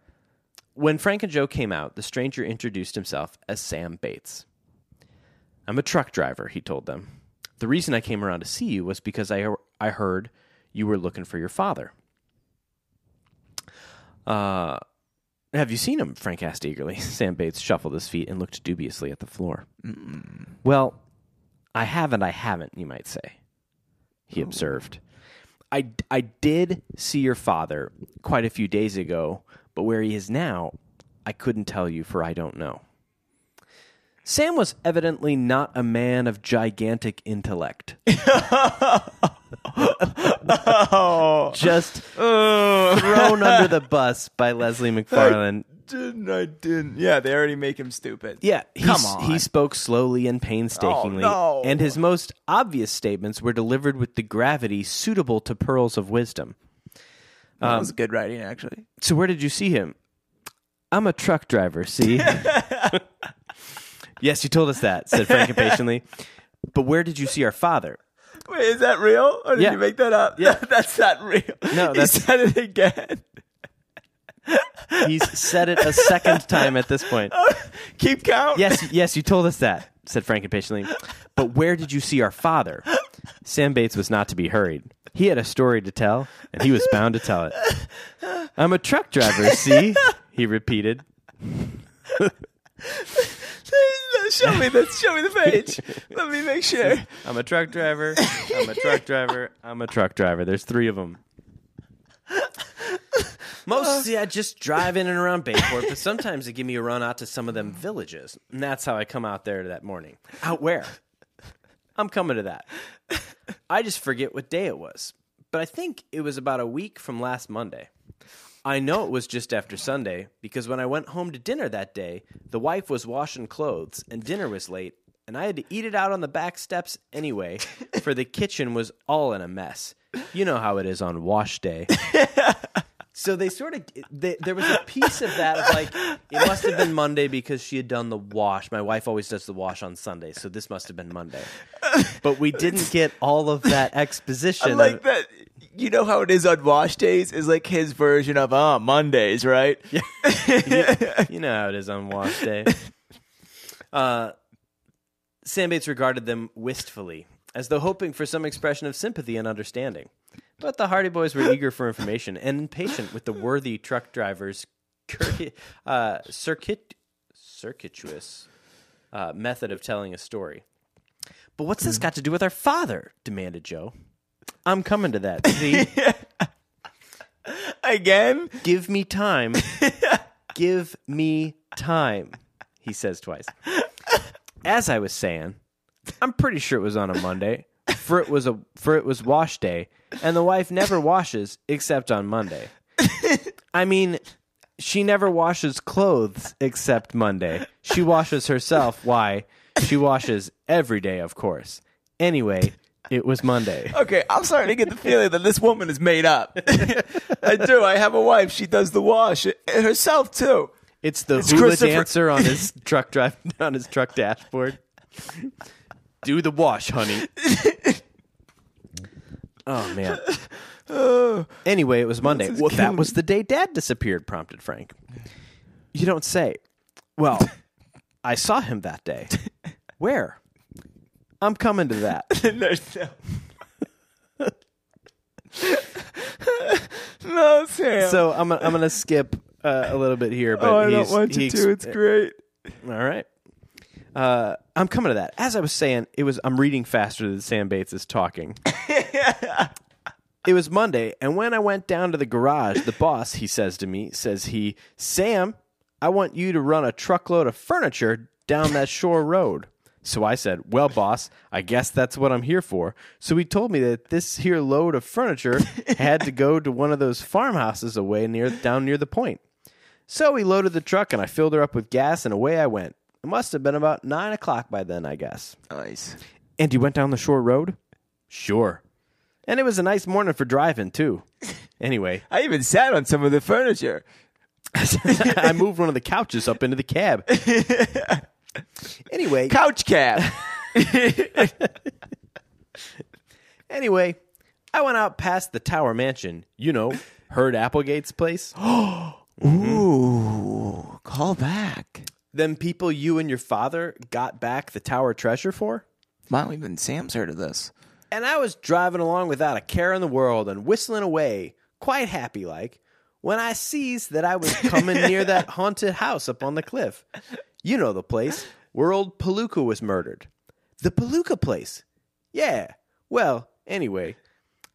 When Frank and Joe came out, the stranger introduced himself as Sam Bates. I'm a truck driver, he told them. The reason I came around to see you was because I, I heard you were looking for your father. Uh, have you seen him? Frank asked eagerly. Sam Bates shuffled his feet and looked dubiously at the floor. Well, I haven't, I haven't, you might say, he Oh. observed. I, I did see your father quite a few days ago, but where he is now, I couldn't tell you, for I don't know. Sam was evidently not a man of gigantic intellect. Just thrown under the bus by Leslie McFarlane. didn't I didn't. Yeah, they already make him stupid. Yeah, he, Come s- on. he spoke slowly and painstakingly, Oh, no. and his most obvious statements were delivered with the gravity suitable to pearls of wisdom. that was good writing actually. So where did you see him? I'm a truck driver, see? yes, you told us that, said Frank impatiently. But where did you see our father? Wait, is that real? Or did Yeah. you make that up? Yeah. that's not real. No, He that's- said it again. He's said it a second time at this point. Keep count. Yes, yes, you told us that, said Frank impatiently. But where did you see our father? Sam Bates was not to be hurried. He had a story to tell, and he was bound to tell it. I'm a truck driver, see? He repeated. Show me this. Show me the page. Let me make sure. I'm a truck driver. I'm a truck driver. I'm a truck driver. There's three of them. Mostly, I just drive in and around Bayport, but sometimes they give me a run out to some of them villages, and that's how I come out there that morning. Out where? I'm coming to that. I just forget what day it was, but I think it was about a week from last Monday. I know it was just after Sunday because when I went home to dinner that day, the wife was washing clothes and dinner was late, and I had to eat it out on the back steps anyway, for the kitchen was all in a mess. You know how it is on wash day. so they sort of they, there was a piece of that of like it must have been Monday because she had done the wash. My wife always does the wash on Sunday, so this must have been Monday. But we didn't get all of that exposition. of- like that. You know how it is on wash days is like his version of uh Mondays, right? Yeah. you know how it is on wash day. Uh, Sam Bates regarded them wistfully, as though hoping for some expression of sympathy and understanding. But the Hardy Boys were eager for information and impatient with the worthy truck driver's cur- uh, circuit circuitous uh, method of telling a story. But what's this got to do with our father? demanded Joe. I'm coming to that. See? Again, Give me time. Give me time, he says twice. As I was saying, I'm pretty sure it was on a Monday. For it was a for it was wash day, and the wife never washes except on Monday. I mean, she never washes clothes except Monday. She washes herself. Why? She washes every day, of course. Anyway, it was Monday. okay. I'm starting to get the feeling that this woman is made up. I do. I have a wife. She does the wash and herself too. It's the hula Christopher- dancer on his truck drive on his truck dashboard. Do the wash, honey. oh man. Anyway, it was Monday. Well, that was the day Dad disappeared. Prompted Frank. You don't say. Well, I saw him that day. Where? I'm coming to that. There's no. no, Sam. So I'm gonna- I'm gonna skip uh, a little bit here, but oh, I he's, uh, don't want he you ex- to. It's great. All right. Uh, I'm coming to that. As I was saying, it was I'm reading faster than Sam Bates is talking. it was Monday, and when I went down to the garage, the boss, he says to me, says he, Sam, I want you to run a truckload of furniture down that shore road. So I said, Well, boss, I guess that's what I'm here for. So he told me that this here load of furniture had to go to one of those farmhouses away near down near the point. So we loaded the truck and I filled her up with gas and away I went. It must have been about nine o'clock by then, I guess. Nice. And you went down the shore road? Sure. And it was a nice morning for driving, too. Anyway, I even sat on some of the furniture. I moved one of the couches up into the cab. Anyway, Couch cab. anyway, I went out past the Tower Mansion, you know, Heard Applegate's place. Ooh, call back. Them people you and your father got back the Tower treasure for? Wow, even Sam's heard of this. And I was driving along without a care in the world and whistling away, quite happy like, when I sees that I was coming near that haunted house up on the cliff. You know the place where old Palooka was murdered. The Palooka place. Yeah. Well, anyway,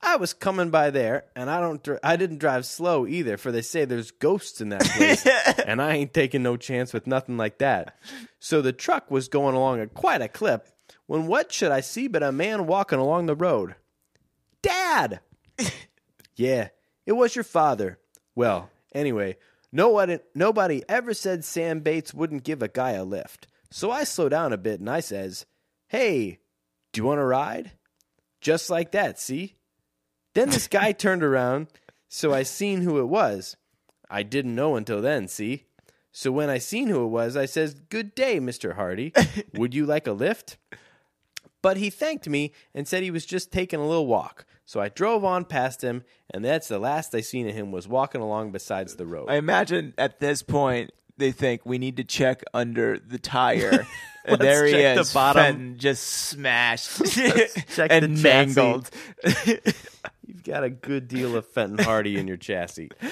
I was coming by there, and I don't. Dr- I didn't drive slow either, for they say there's ghosts in that place, and I ain't taking no chance with nothing like that. So the truck was going along at quite a clip, when what should I see but a man walking along the road? Dad. yeah, it was your father. Well, anyway, no one, nobody ever said Sam Bates wouldn't give a guy a lift. So I slow down a bit and I says, "Hey, do you want a ride?" Just like that, see? Then this guy turned around, so I seen who it was. I didn't know until then, see? So when I seen who it was, I says, Good day, Mr. Hardy. Would you like a lift? But he thanked me and said he was just taking a little walk. So I drove on past him, and that's the last I seen of him was walking along besides the road. I imagine at this point they think we need to check under the tire. and there he check the is, bottom. fenton just smashed check the and chassis. mangled. You've got a good deal of Fenton Hardy in your chassis. Uh,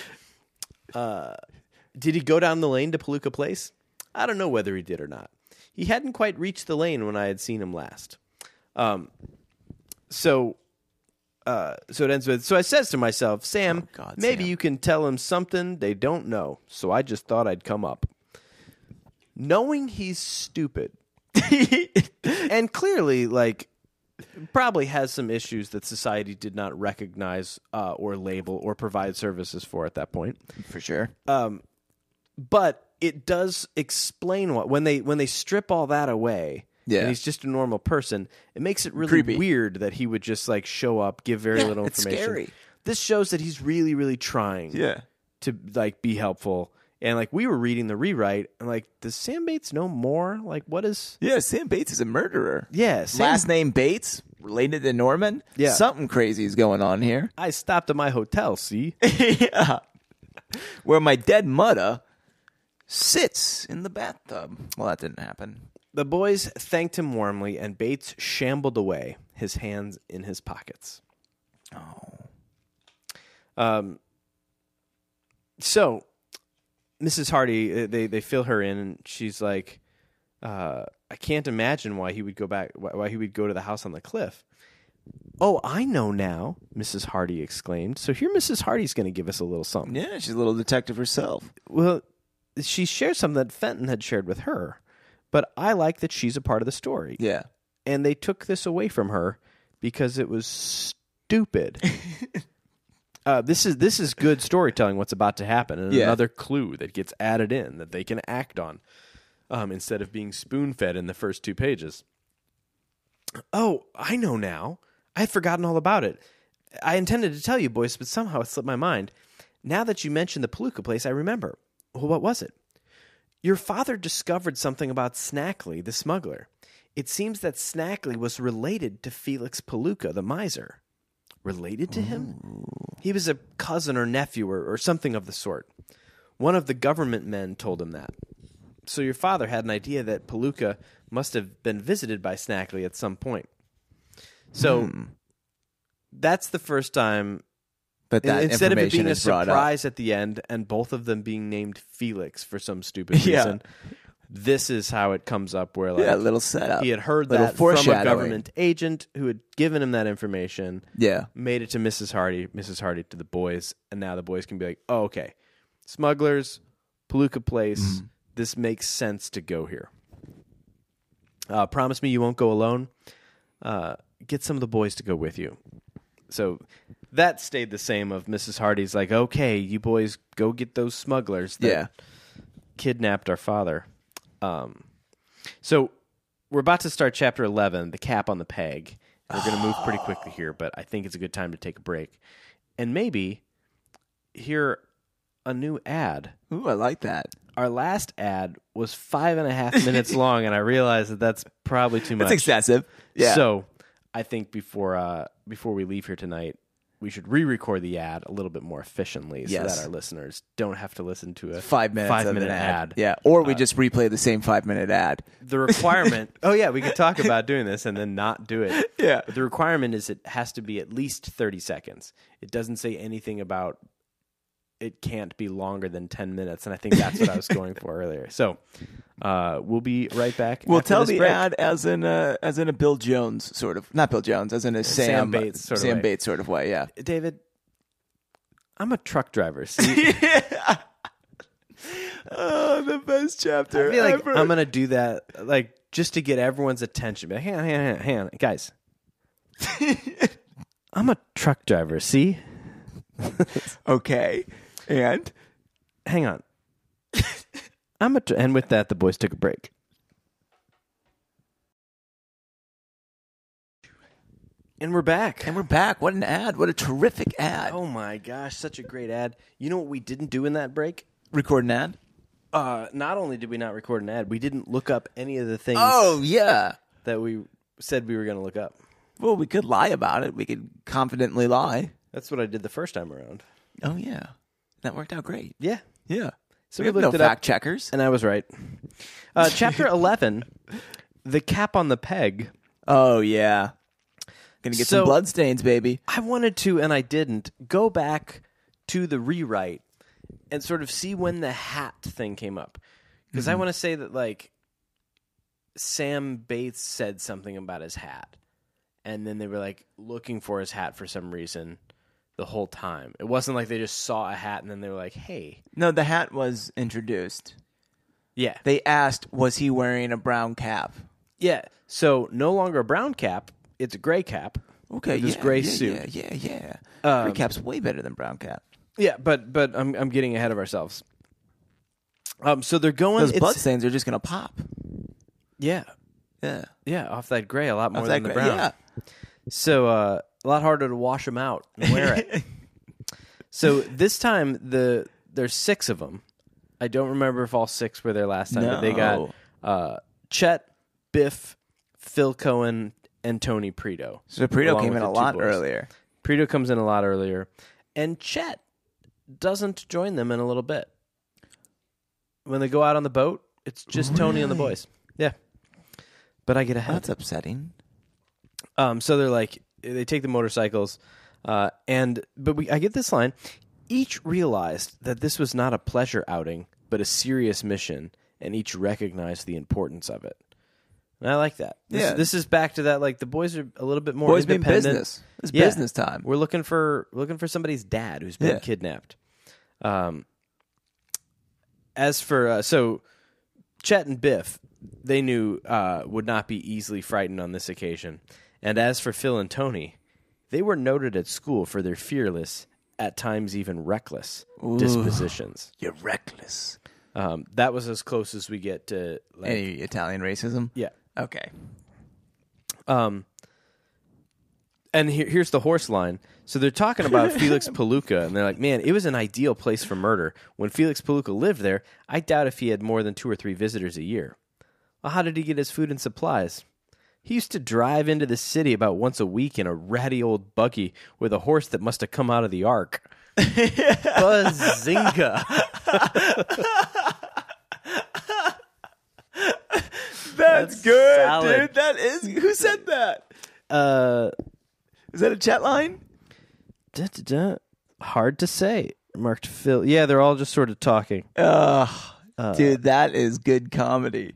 did he go down the lane to Palooka Place? I don't know whether he did or not. He hadn't quite reached the lane when I had seen him last. Um, so, uh, so it ends with. So I says to myself, Sam, Oh, God, maybe Sam. you can tell him something they don't know. So I just thought I'd come up, knowing he's stupid and clearly like probably has some issues that society did not recognize uh, or label or provide services for at that point. for sure. But it does explain what when they when they strip all that away. Yeah. And he's just a normal person. It makes it really Creepy. weird that he would just like show up, give very little it's information. scary. This shows that he's really, really trying yeah. to like be helpful. And like we were reading the rewrite, and like, does Sam Bates know more? Like, what is? Yeah, Sam Bates is a murderer. Yeah, Sam. Last name Bates, related to Norman. Yeah. Something crazy is going on here. I stopped at my hotel. See, yeah. Where my dead mudda sits in the bathtub. Well, that didn't happen. the boys thanked him warmly, and Bates shambled away, his hands in his pockets. Oh. Um. So, Mrs. Hardy, uh, they they fill her in, and she's like, uh, "I can't imagine why he would go back. Why, why he would go to the house on the cliff." Oh, I know now, Mrs. Hardy exclaimed. So here, Mrs. Hardy's going to give us a little something. Yeah, she's a little detective herself. Well, she shared something that Fenton had shared with her, but I like that she's a part of the story. Yeah. And they took this away from her because it was stupid. uh, this is this is good storytelling. What's about to happen, and Yeah. another clue that gets added in that they can act on um, instead of being spoon fed in the first two pages. Oh, I know now. I had forgotten all about it. I intended to tell you, boys, but somehow it slipped my mind. Now that you mention the Palooka place, I remember. Well, what was it? Your father discovered something about Snackley, the smuggler. It seems that Snackley was related to Felix Palooka, the miser. Related to him? He was a cousin or nephew or, or something of the sort. One of the government men told him that. So your father had an idea that Palooka must have been visited by Snackley at some point. So that's the first time But that instead of it information being a is brought up. surprise at the end and both of them being named Felix for some stupid Yeah. reason, this is how it comes up where like Yeah, a little setup. he had heard little that from a foreshadowing. government agent who had given him that information, Yeah. made it to Mrs. Hardy, Mrs. Hardy to the boys, and now the boys can be like, oh, okay, smugglers, Palooka Place, Mm-hmm. this makes sense to go here. Uh, promise me you won't go alone. Uh, get some of the boys to go with you. So that stayed the same. Of Mrs. Hardy's like, okay, you boys go get those smugglers. that Yeah. kidnapped our father. Um, so we're about to start chapter 11, the cap on the peg. We're going to move pretty quickly here, but I think it's a good time to take a break and maybe hear a new ad. Ooh, I like that. Our last ad was five and a half minutes long, and I realized that that's probably too much. That's excessive. Yeah. So I think before uh, before we leave here tonight, we should re-record the ad a little bit more efficiently so Yes. that our listeners don't have to listen to a five Uh, minutes five of minute an ad. Yeah, or we just replay the same five minute ad. the requirement oh yeah we could talk about doing this and then not do it Yeah. but the requirement is it has to be at least 30 seconds it doesn't say anything about it can't be longer than 10 minutes and i think that's what i was going for earlier so uh, we'll be right back We'll after tell this the break. ad as in a as in a Bill Jones sort of not Bill Jones as in a Sam, Bates sort of Sam way. Bates sort of way. Yeah, david i'm a truck driver see oh, the best chapter I feel like ever. i'm gonna do that like just to get everyone's attention Be like, hang on hang on hang on, hang on guys i'm a truck driver see okay, and hang on. I'm a tr- and with that, the boys took a break. And we're back. and we're back. What an ad! What a terrific ad. Oh my gosh, such a great ad! You know what we didn't do in that break? Record an ad. Uh, not only did we not record an ad, we didn't look up any of the things Oh yeah. that we said we were going to look up. Well, we could lie about it. We could confidently lie. That's what I did the first time around. Oh yeah, that worked out great. Yeah, Yeah. So we we, have no looked it up. fact checkers. and I was right. Uh, chapter eleven, the cap on the peg. Oh yeah. Gonna get So- some blood stains, baby. I wanted to and I didn't go back to the rewrite and sort of see when the hat thing came up because I want to say that like Sam Bates said something about his hat and then they were like looking for his hat for some reason the whole time. It wasn't like they just saw a hat and then they were like, "Hey, No, the hat was introduced. yeah, They asked, was he wearing a brown cap? yeah." So no longer a brown cap it's a gray cap. Okay, this yeah, gray yeah, suit. Yeah, yeah, yeah. gray cap's way better than brown cap. Yeah, but but I'm I'm getting ahead of ourselves. Um, so they're going. Those it's- bloodstains are just gonna pop. yeah, Yeah, yeah, off that gray a lot more Is than that the gray? brown. Yeah. So uh, a lot harder to wash them out and wear it. so this time the there's six of them. I don't remember if all six were there last time, but they got No. uh, Chet, Biff, Phil Cohen, and Tony Preto. So Preto Along came with in the a two lot boys. earlier. Preto comes in a lot earlier, and Chet doesn't join them in a little bit. When they go out on the boat, it's just Tony and the Really? boys. Yeah, but I get ahead. That's upsetting. Um, so they're like they take the motorcycles, uh, and but we I get this line. Each realized that this was not a pleasure outing, but a serious mission, and each recognized the importance of it. And I like that. This, Yeah. this is back to that. Like the boys are a little bit more Boys being independent. business. It's Yeah. business time. We're looking for we're looking for somebody's dad who's been Yeah. kidnapped. Um, as for uh, so, Chet and Biff, they knew uh, would not be easily frightened on this occasion. And as for Phil and Tony, they were noted at school for their fearless, at times even reckless dispositions. You're reckless. Um, that was as close as we get to like, Any Italian racism? yeah. Okay. Um, and here, here's the horse line. So they're talking about Felix Palooka, and they're like, "Man, it was an ideal place for murder. When Felix Palooka lived there, I doubt if he had more than two or three visitors a year. Well, how did he get his food and supplies? He used to drive into the city about once a week in a ratty old buggy with a horse that must have come out of the ark. Bazinga! That's, good, solid. dude. That is. Who said that? Uh, Is that a chat line? da, da, da. hard to say. Remarked Phil. Yeah, they're all just sort of talking. Ugh, dude, that is good comedy.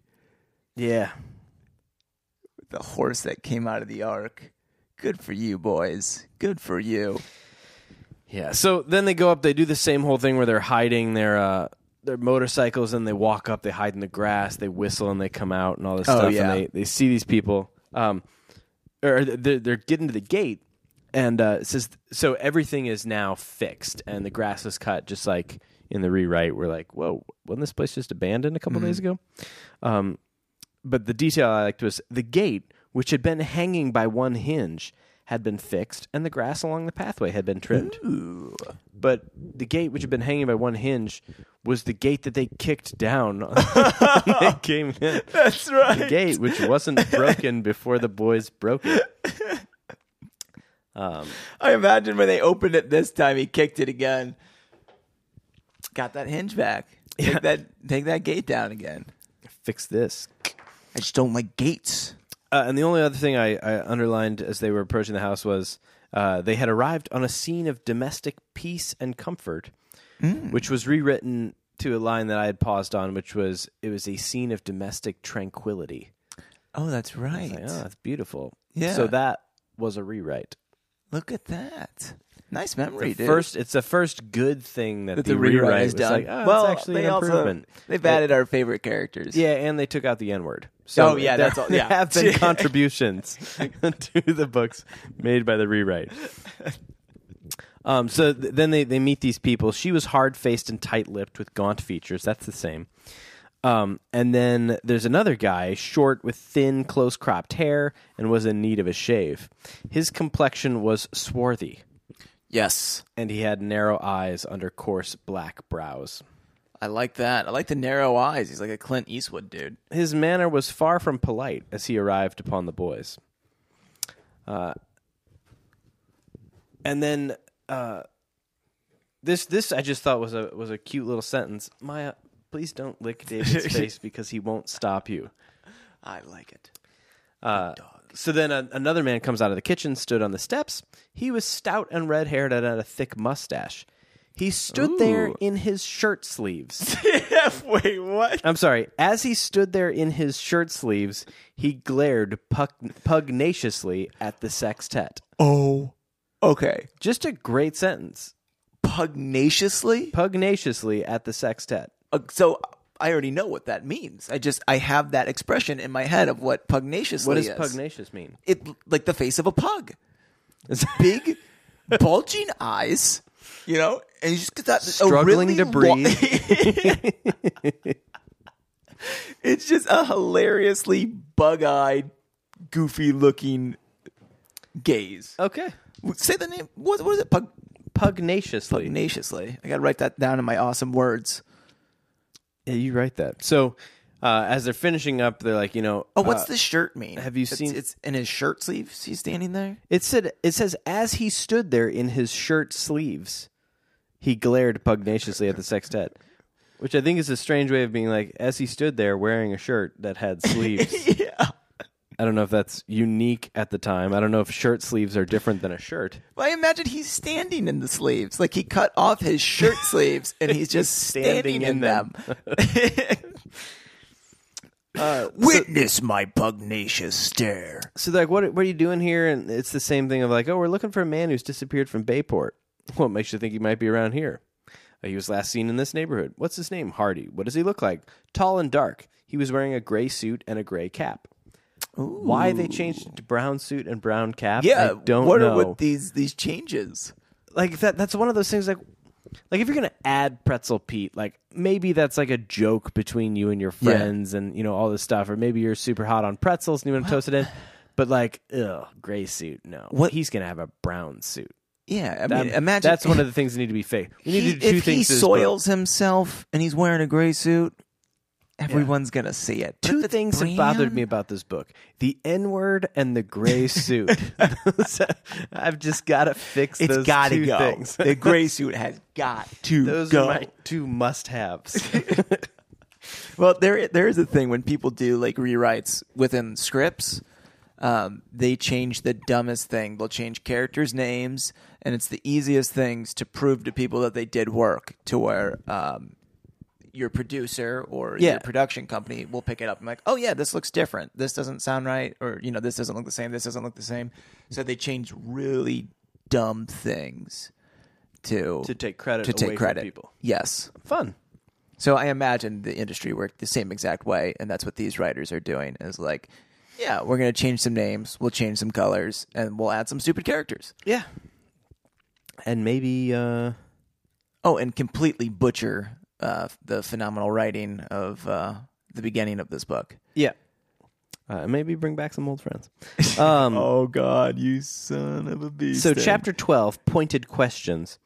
Yeah, The horse that came out of the ark. Good for you, boys. Good for you. Yeah. So then they go up. They do the same whole thing where they're hiding their uh, their motorcycles, and they walk up. They hide in the grass. They whistle, and they come out, and all this Oh, stuff. yeah. And they, they see these people. Um, or they're, they're getting to the gate, and uh, it says so. Everything is now fixed, and the grass is cut, just like in the rewrite. We're like, whoa, wasn't this place just abandoned a couple Mm-hmm. days ago? Um, but the detail I liked was the gate, which had been hanging by one hinge, had been fixed, and the grass along the pathway had been trimmed Ooh. but the gate which had been hanging by one hinge was the gate that they kicked down when they came in. That's right. The gate which wasn't broken before the boys broke it. Um, I imagine when they opened it this time, he kicked it again. Got that hinge back. Take Yeah. that. Take that gate down again. fix this. I just don't like gates. Uh, and the only other thing I, I underlined as they were approaching the house was uh, they had arrived on a scene of domestic peace and comfort, Mm. which was rewritten to a line that I had paused on, which was it was a scene of domestic tranquility. Oh, that's right. Like, oh, that's beautiful. Yeah. So that was a rewrite. Look at that. Nice memory, the dude. first it's the first good thing that, that the, rewrite, was like, oh, well, it's actually they an also- improvement. they've added our favorite characters. yeah, and they took out the N word. So Oh, yeah, there- that's all- there yeah. have been contributions to the books made by the rewrite. Um, so th- then they, they meet these people. She was hard faced and tight lipped with gaunt features. That's the same. Um, and then there's another guy, short with thin, close cropped hair, and was in need of a shave. His complexion was swarthy. Yes, and he had narrow eyes under coarse black brows. I like that. I like the narrow eyes. He's like a Clint Eastwood dude. His manner was far from polite as he arrived upon the boys. Uh, and then uh, this this I just thought was a was a cute little sentence. Maya, please don't lick David's face because he won't stop you. I like it. Uh, So then a, another man comes out of the kitchen, stood on the steps. He was stout and red haired and had a thick mustache. He stood there Ooh. in his shirt sleeves. Wait, what? I'm sorry. As he stood there in his shirt sleeves, he glared pug- pugnaciously at the sextet. Oh, okay. Just a great sentence. Pugnaciously. Pugnaciously at the sextet. Uh, so I already know what that means. I just I have that expression in my head of what pugnaciously What does is. pugnacious mean? it like the face of a pug. It's big, bulging eyes. You know, and you just get that a Struggling really to lo- breathe. it's just a hilariously bug-eyed, goofy-looking gaze. Okay. Say the name. What was it? Pug, Pugnaciously. pugnaciously. I gotta write that down in my awesome words. yeah, you write that. So uh, as they're finishing up, they're like, you know, Oh, what's uh, the shirt mean? have you It's- seen- It's in his shirt sleeves. He's standing there. It said it says as he stood there in his shirt sleeves, he glared pugnaciously at the sextet, which I think is a strange way of being like as he stood there wearing a shirt that had sleeves. yeah. I don't know if that's unique at the time. I don't know if shirt sleeves are different than a shirt. Well, I imagine he's standing in the sleeves. Like he cut off his shirt sleeves and he's just Standing standing, in in them. Uh, Witness my pugnacious stare. So they're like, what what are you doing here? And it's the same thing of like, oh, we're looking for a man who's disappeared from Bayport. What makes you think he might be around here? Uh, He was last seen in this neighborhood. What's his name? Hardy. What does he look like? Tall and dark. He was wearing a gray suit and a gray cap. Why they changed it to brown suit and brown cap? Yeah, I don't what know. are with these these changes? like that. That's one of those things. Like, like if you're gonna add Pretzel Pete, like maybe that's like a joke between you and your friends, and you know all this stuff, or maybe you're super hot on pretzels and you want to toast it in. But like, ugh, gray suit. No, What- he's gonna have a brown suit. Yeah, I That- mean, imagine that's one of the things that need to be fake. We need he, to do two if he things. to this book. soils himself and he's wearing a gray suit. Everyone's gonna see it. But if two it's things brown, have bothered me about this book the n word and the gray suit So, i've just got to fix It's those gotta two go. things The gray suit has got to those go. are my two must haves Well, there there is a thing when people do like rewrites within scripts, um, they change the dumbest thing. They'll change characters' names, and it's the easiest things to prove to people that they did work. To where um, your producer or Yeah. your production company will pick it up and like, oh yeah, this looks different. This doesn't sound right, or you know, this doesn't look the same. This doesn't look the same. So they change really dumb things to to take credit to away take credit. from people Yes. fun So I imagine the industry worked the same exact way, and that's what these writers are doing. Is like, yeah, we're gonna change some names, we'll change some colors, and we'll add some stupid characters. yeah and maybe uh Oh, and completely butcher uh, the phenomenal writing of uh, the beginning of this book. yeah uh, maybe bring back some old friends um Oh God, you son of a beast! So chapter twelve, pointed questions.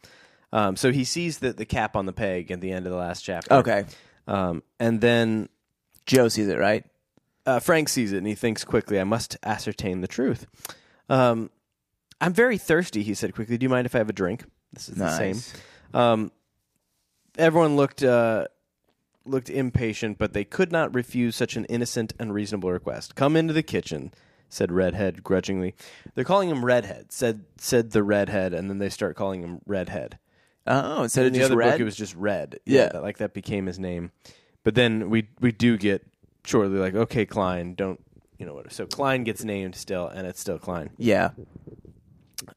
Um, so he sees that the cap on the peg at the end of the last chapter. Okay, Um, and then Joe sees it right. uh, Frank sees it and he thinks quickly, I must ascertain the truth. Um, I'm very thirsty, he said quickly. Do you mind if I have a drink? This is the same. Nice. Um, everyone looked uh, looked impatient, but they could not refuse such an innocent and reasonable request. Come into the kitchen, said Redhead grudgingly. They're calling him Redhead, said said the Redhead, and then they start calling him Redhead. Oh, In instead of the just other red, book, it was just Red. Yeah. that, like that became his name. But then we we do get shortly like, okay, Klein, don't you know what? So Klein gets named still, and it's still Klein. yeah.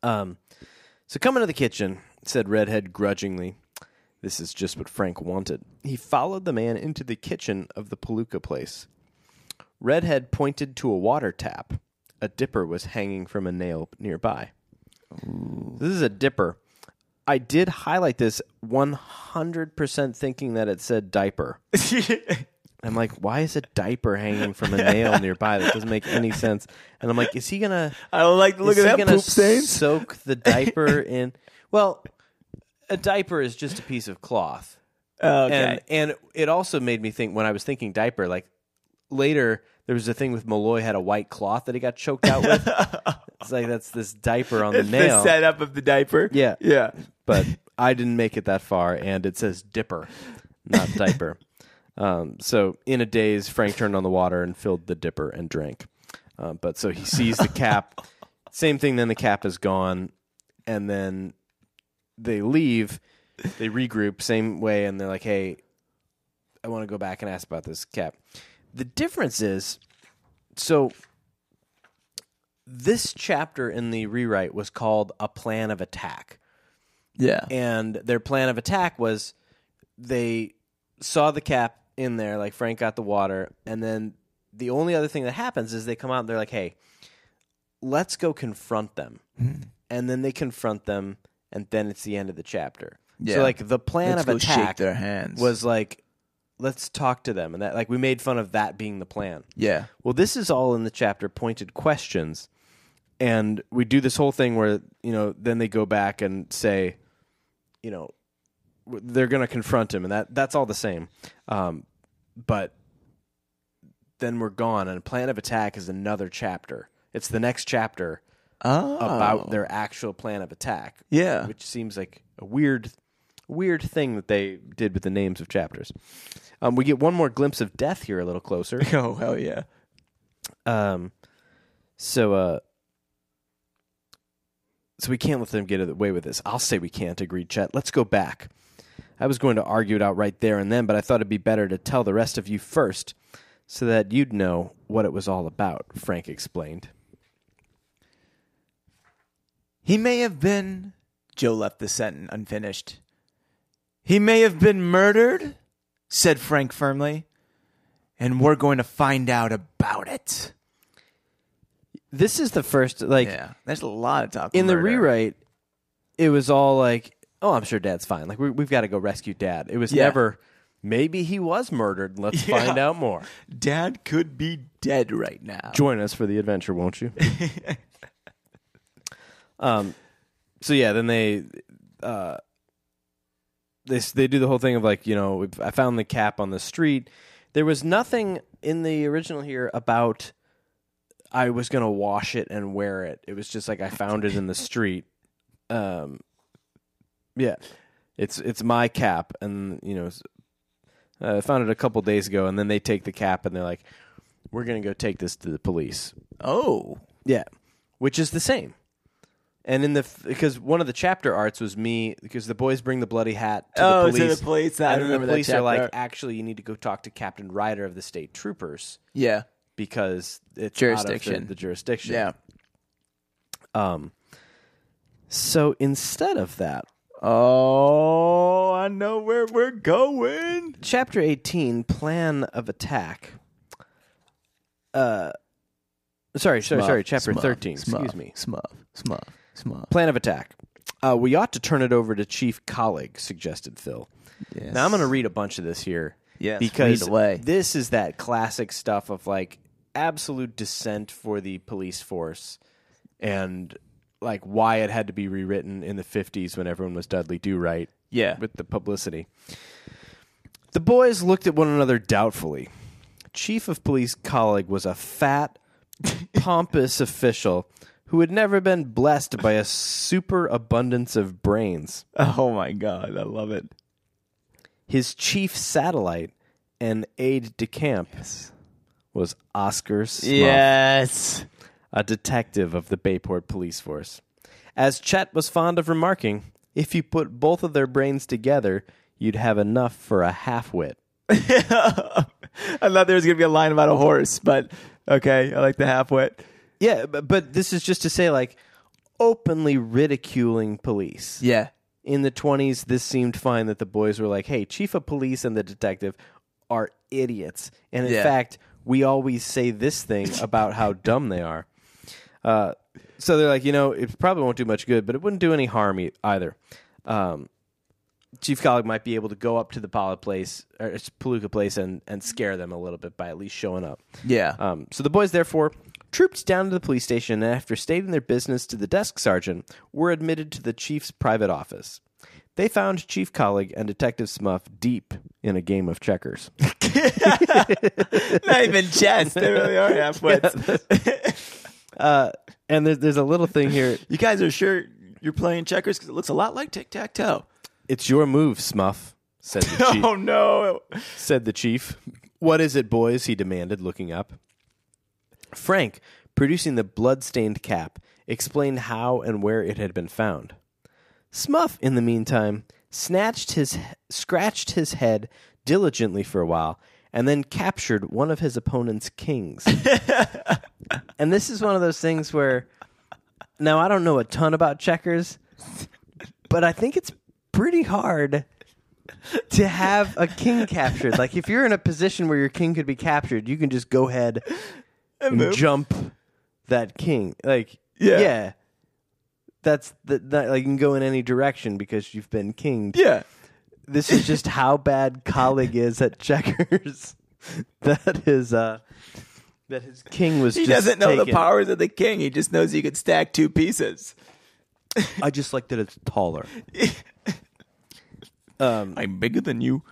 Um, so come into the kitchen, said Redhead grudgingly. This is just what Frank wanted. He followed the man into the kitchen of the Palooka place. Redhead pointed to a water tap. A dipper was hanging from a nail nearby. This is a dipper. I did highlight this 100% thinking that it said diaper. I'm like, why is a diaper hanging from a nail nearby? That doesn't make any sense. And I'm like, is he going to I don't like the look is he at that gonna poop stains. Soak the diaper in. Well, a diaper is just a piece of cloth, Okay. and and it also made me think when I was thinking diaper, like later there was a thing with Malloy had a white cloth that he got choked out with. it's like that's this diaper on the nail, the setup of the diaper. Yeah. yeah. but I didn't make it that far, and it says dipper, not diaper. Um, so in a daze, Frank turned on the water and filled the dipper and drank. Uh, but so he sees the cap. Same thing. Then the cap is gone, and then they leave. They regroup same way, and they're like, "Hey, I want to go back and ask about this cap." The difference is, so this chapter in the rewrite was called "A Plan of Attack." Yeah. and their plan of attack was they saw the cap in there, like Frank got the water, and then the only other thing that happens is they come out and they're like, "Hey, let's go confront them," Hmm. and then they confront them, and then it's the end of the chapter. Yeah. So like the plan Let's of go attack shake their hands. was like, "Let's talk to them," and that like we made fun of that being the plan. yeah, Well, this is all in the chapter pointed questions. And we do this whole thing where, you know, then they go back and say, you know, w- they're going to confront him. And that that's all the same. Um, but then we're gone. And Plan of Attack is another chapter. It's the next chapter oh, about their actual plan of attack, yeah, which seems like a weird, weird thing that they did with the names of chapters. Um, we get one more glimpse of death here a little closer. oh hell yeah, Um, so, uh, so we can't let them get away with this. I'll say we can't, agreed Chet. Let's go back. I was going to argue it out right there and then, but I thought it'd be better to tell the rest of you first so that you'd know what it was all about, Frank explained. He may have been. Joe left the sentence unfinished. He may have been murdered, said Frank firmly, and we're going to find out about it. This is the first, like, Yeah, there's a lot of talk. in the murder. rewrite, it was all like, "Oh, I'm sure Dad's fine. Like we, we've got to go rescue Dad." It was Yeah. never, maybe he was murdered. Let's Yeah. find out more. Dad could be dead right now. Join us for the adventure, won't you? um, so yeah, then they uh, they s- they do the whole thing of like you know we've- I found the cap on the street. There was nothing in the original here about I was gonna wash it and wear it. It was just like I found it in the street. Um, yeah, it's it's my cap, and you know, s- uh, I found it a couple days ago, and then they take the cap and they're like, "We're gonna go take this to the police." Oh, Yeah, which is the same. And in the because one of the chapter arts was me because the boys bring the bloody hat to Oh, the to the police. police. I And remember the that police are like, chapter. actually, you need to go talk to Captain Ryder of the state troopers yeah, because it's out of Jurisdiction. the, the jurisdiction. yeah. Um. So instead of that, Oh, I know where we're going. chapter 18 plan of attack uh sorry Oh, sorry sorry chapter 13 excuse me Smuff, smuff, smuff. plan of attack uh, we ought to turn it over to chief colleague suggested phil Yes. now i'm going to read a bunch of this here Yes, because read away. this is that classic stuff of like absolute dissent for the police force and like why it had to be rewritten in the 50s when everyone was dudley do right Yeah. with the publicity. The boys looked at one another doubtfully. Chief of Police Colleague was a fat, pompous official who had never been blessed by a superabundance of brains. Oh my god, I love it. His chief satellite and aide de camp was Oscar Smuff. Yes. a detective of the Bayport Police Force. As Chet was fond of remarking, if you put both of their brains together, you'd have enough for a half wit. I thought there was gonna be a line about a horse, but okay, I like the half wit. Yeah, but, but this is just to say, like, openly ridiculing police. Yeah. In the 20s, this seemed fine that the boys were like, hey, chief of police and the detective are idiots. And in Yeah. fact, we always say this thing about how dumb they are. Uh, so they're like, you know, it probably won't do much good, but it wouldn't do any harm e- either. Um, Chief Colleague might be able to go up to the Paula place or it's Palooka place and, and scare them a little bit by at least showing up. Yeah. Um, so the boys, therefore, trooped down to the police station and, after stating their business to the desk sergeant, were admitted to the chief's private office. They found Chief Colleague and Detective Smuff deep in a game of checkers. Not even chess. They really are half wits. Uh, and there, there's a little thing here. You guys are sure you're playing checkers because it looks a lot like tic tac toe. It's your move, Smuff, said the chief. Oh no. said the chief. What is it, boys? he demanded, looking up. Frank, producing the blood-stained cap, explained how and where it had been found. Smuff, in the meantime, snatched his scratched his head diligently for a while, and then captured one of his opponent's kings. and this is one of those things where now I don't know a ton about checkers, but I think it's pretty hard to have a king captured. Like if you're in a position where your king could be captured, you can just go ahead and move. jump that king. Like Yeah. yeah, that's the, that. Like you can go in any direction because you've been kinged. Yeah. This is just how bad colleague is at checkers. that is uh, that his king was. He just doesn't know the taken. powers of the king. He just knows you could stack two pieces. I just like that it's taller. I'm bigger than you.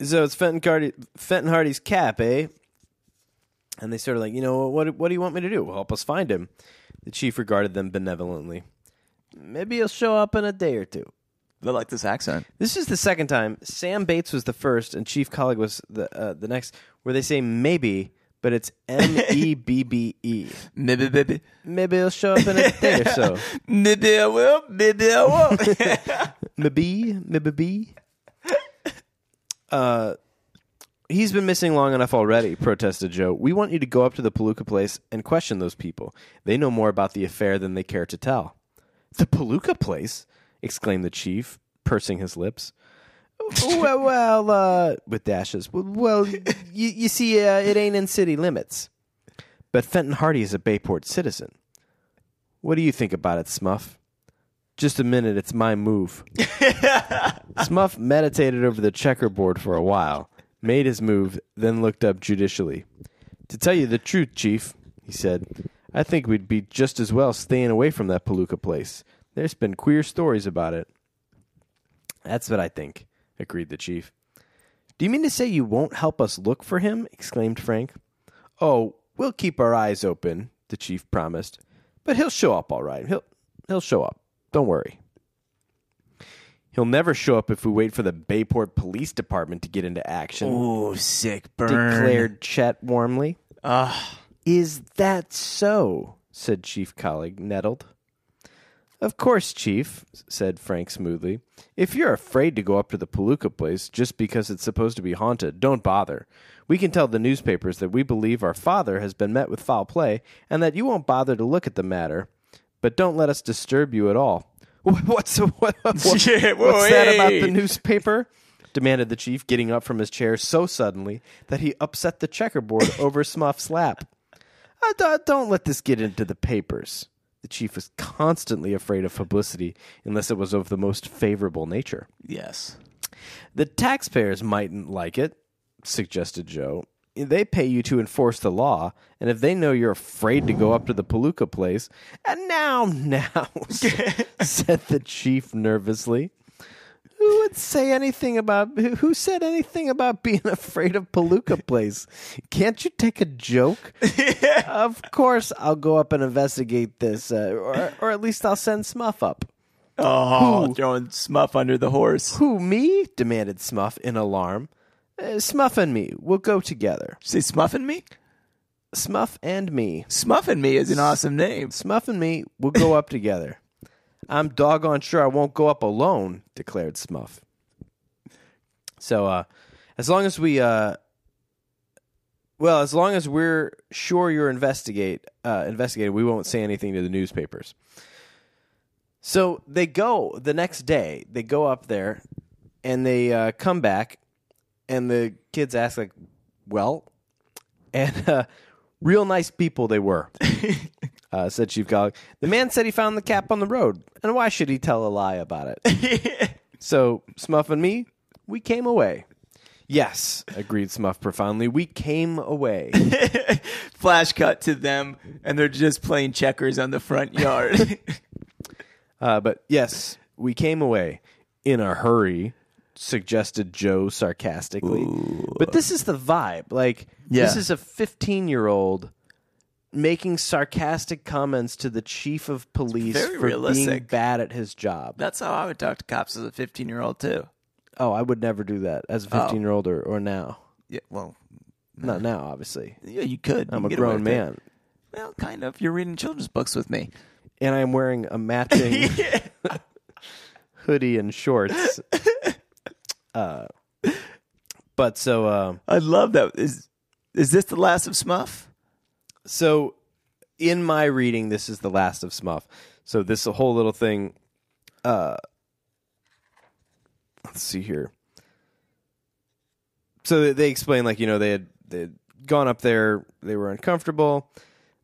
so it's Fenton, Cardi- Fenton Hardy's cap, eh? And they sort of like, you know, what what do you want me to do? Help us find him. The chief regarded them benevolently. Maybe he'll show up in a day or two. They like this accent. This is the second time. Sam Bates was the first, and Chief Colleague was the uh, the next, where they say maybe, but it's M E B B E. Maybe, maybe, Maybe he'll show up in a day or so. maybe I will. Maybe I will. Maybe, maybe be. Uh, he's been missing long enough already, protested Joe. We want you to go up to the Palooka place and question those people. They know more about the affair than they care to tell. The Palooka place? exclaimed the chief, pursing his lips. well, well uh, with dashes. Well, well you, you see, uh, it ain't in city limits. But Fenton Hardy is a Bayport citizen. What do you think about it, Smuff? Just a minute, it's my move. Smuff meditated over the checkerboard for a while, made his move, then looked up judicially. To tell you the truth, Chief, he said, I think we'd be just as well staying away from that Palooka place. There's been queer stories about it. That's what I think, agreed the Chief. Do you mean to say you won't help us look for him? exclaimed Frank. Oh, we'll keep our eyes open, the Chief promised. But he'll show up all right. He'll he'll show up. Don't worry. He'll never show up if we wait for the Bayport Police Department to get into action, Ooh, sick burn. declared Chet warmly. Ah, Is that so? said Chief Colleague, nettled. Of course, Chief, said Frank smoothly. If you're afraid to go up to the Palooka place just because it's supposed to be haunted, don't bother. We can tell the newspapers that we believe our father has been met with foul play and that you won't bother to look at the matter. But don't let us disturb you at all. Wh- What's, what, what- Yeah, whoa, what's that about hey. the newspaper? demanded the chief, getting up from his chair so suddenly that he upset the checkerboard over Smuff's lap. I don't- don't let this get into the papers. The chief was constantly afraid of publicity unless it was of the most favorable nature. yes. The taxpayers mightn't like it, suggested Joe. They pay you to enforce the law, and if they know you're afraid to go up to the Palooka place, and now, now, said the chief nervously. Who would say anything about who who said anything about being afraid of Palooka Place? Can't you take a joke? of course, I'll go up and investigate this, uh, or or at least I'll send Smuff up. Oh, throwing Smuff under the horse. Who, me? demanded Smuff in alarm. "Uh, Smuff and me, we'll go together. Say Smuff and me? Smuff and me. Smuff and me is an awesome name. Smuff and me, we'll go up together. I'm doggone sure I won't go up alone, declared Smuff. So, uh, as long as we, uh, well, as long as we're sure you're investigate uh, investigated, we won't say anything to the newspapers. So they go the next day. They go up there, and they uh, come back, and the kids ask like, "Well," and uh, real nice people they were uh, said Chief Gog. The man said he found the cap on the road, and why should he tell a lie about it? so Smuff and me, we came away. Yes, agreed Smuff profoundly. We came away. Flash cut to them, and they're just playing checkers on the front yard. Uh, but yes, we came away in a hurry, suggested Joe sarcastically. But this is the vibe. Like, this Yeah. is a 15 year old making sarcastic comments to the chief of police Very for being realistic. bad at his job. That's how I would talk to cops as a 15 year old, too. Oh, I would never do that as a 15 year old or, or now. Yeah, well, Not now, obviously. yeah, you could. I'm You a get away grown with it. man. Well, kind of. You're reading children's books with me. And I'm wearing a matching hoodie and shorts. Uh, but so, uh, I love that. Is is this the last of Smuff? so in my reading, this is the last of Smuff. So this whole little thing. Uh, let's see here. so they- they explained like you know they had they had gone up there, they were uncomfortable,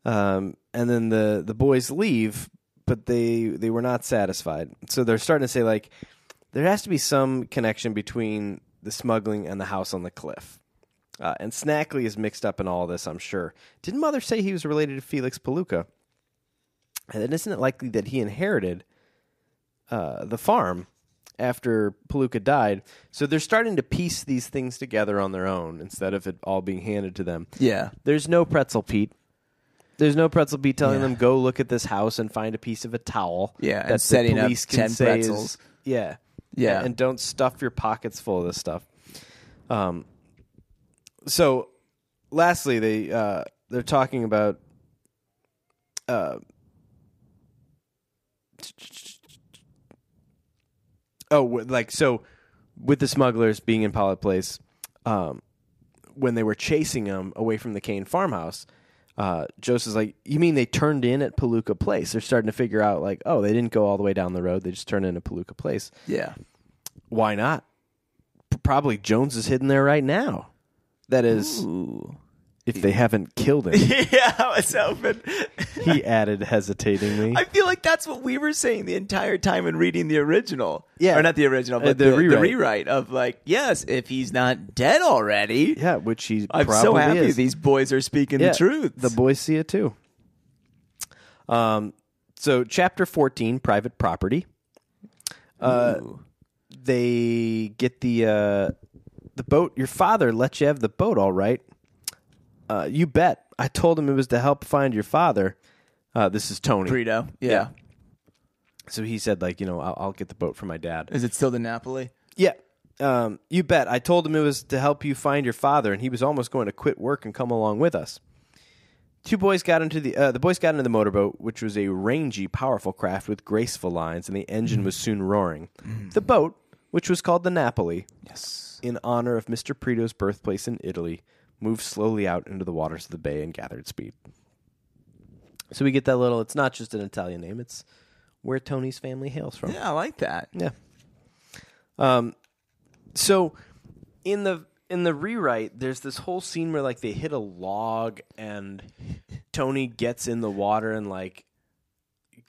um, and then the the boys leave, but they they were not satisfied. So they're starting to say like there has to be some connection between the smuggling and the house on the cliff. Uh, and Snackley is mixed up in all this, I'm sure. Didn't Mother say he was related to Felix Paluca? And then isn't it likely that he inherited uh, the farm after Paluca died? So they're starting to piece these things together on their own instead of it all being handed to them. Yeah. There's no pretzel Pete. There's no pretzel Pete telling them go look at this house and find a piece of a towel. Yeah, and that the setting up police can 10 say is- pretzels. yeah, Yeah. and, and don't stuff your pockets full of this stuff. Um. So, lastly, they uh, they're talking about uh, oh, wi- like so with the smugglers being in Pilot Place, um, when they were chasing them away from the Kane farmhouse, uh, Joseph's like, "You mean they turned in at Palooka Place? They're starting to figure out like, oh, they didn't go all the way down the road. They just turned in at Palooka Place. Yeah. Why not? P- Probably Jones is hidden there right now. That is, Ooh. if they haven't killed him." yeah, I was hoping. he added hesitatingly. I feel like that's what we were saying the entire time in reading the original. Yeah. Or not the original, but Uh, the, the the, rewrite. rewrite. of like, yes, if he's not dead already. yeah, which he I'm probably so happy is. these boys are speaking Yeah, the truth. The boys see it too. Um, so chapter fourteen, private property. Uh, Ooh. they get the uh, the boat. Your father let you have the boat, all right. Uh, you bet. I told him it was to help find your father. Uh, this is Tony. Brito. Yeah. Yeah. so he said, like, you know, I'll, I'll get the boat for my dad. Is it still the Napoli? Yeah. Um, you bet. I told him it was to help you find your father, and he was almost going to quit work and come along with us. Two boys got into the uh, the boys got into the motorboat, which was a rangy, powerful craft with graceful lines, and the engine was soon roaring. The boat, which was called the Napoli, Yes. in honor of Mister Prito's birthplace in Italy, moved slowly out into the waters of the bay and gathered speed. So we get that little. It's not just an Italian name; it's where Tony's family hails from. Yeah, I like that. Yeah. Um, so in the in the rewrite, there's this whole scene where like they hit a log and Tony gets in the water and like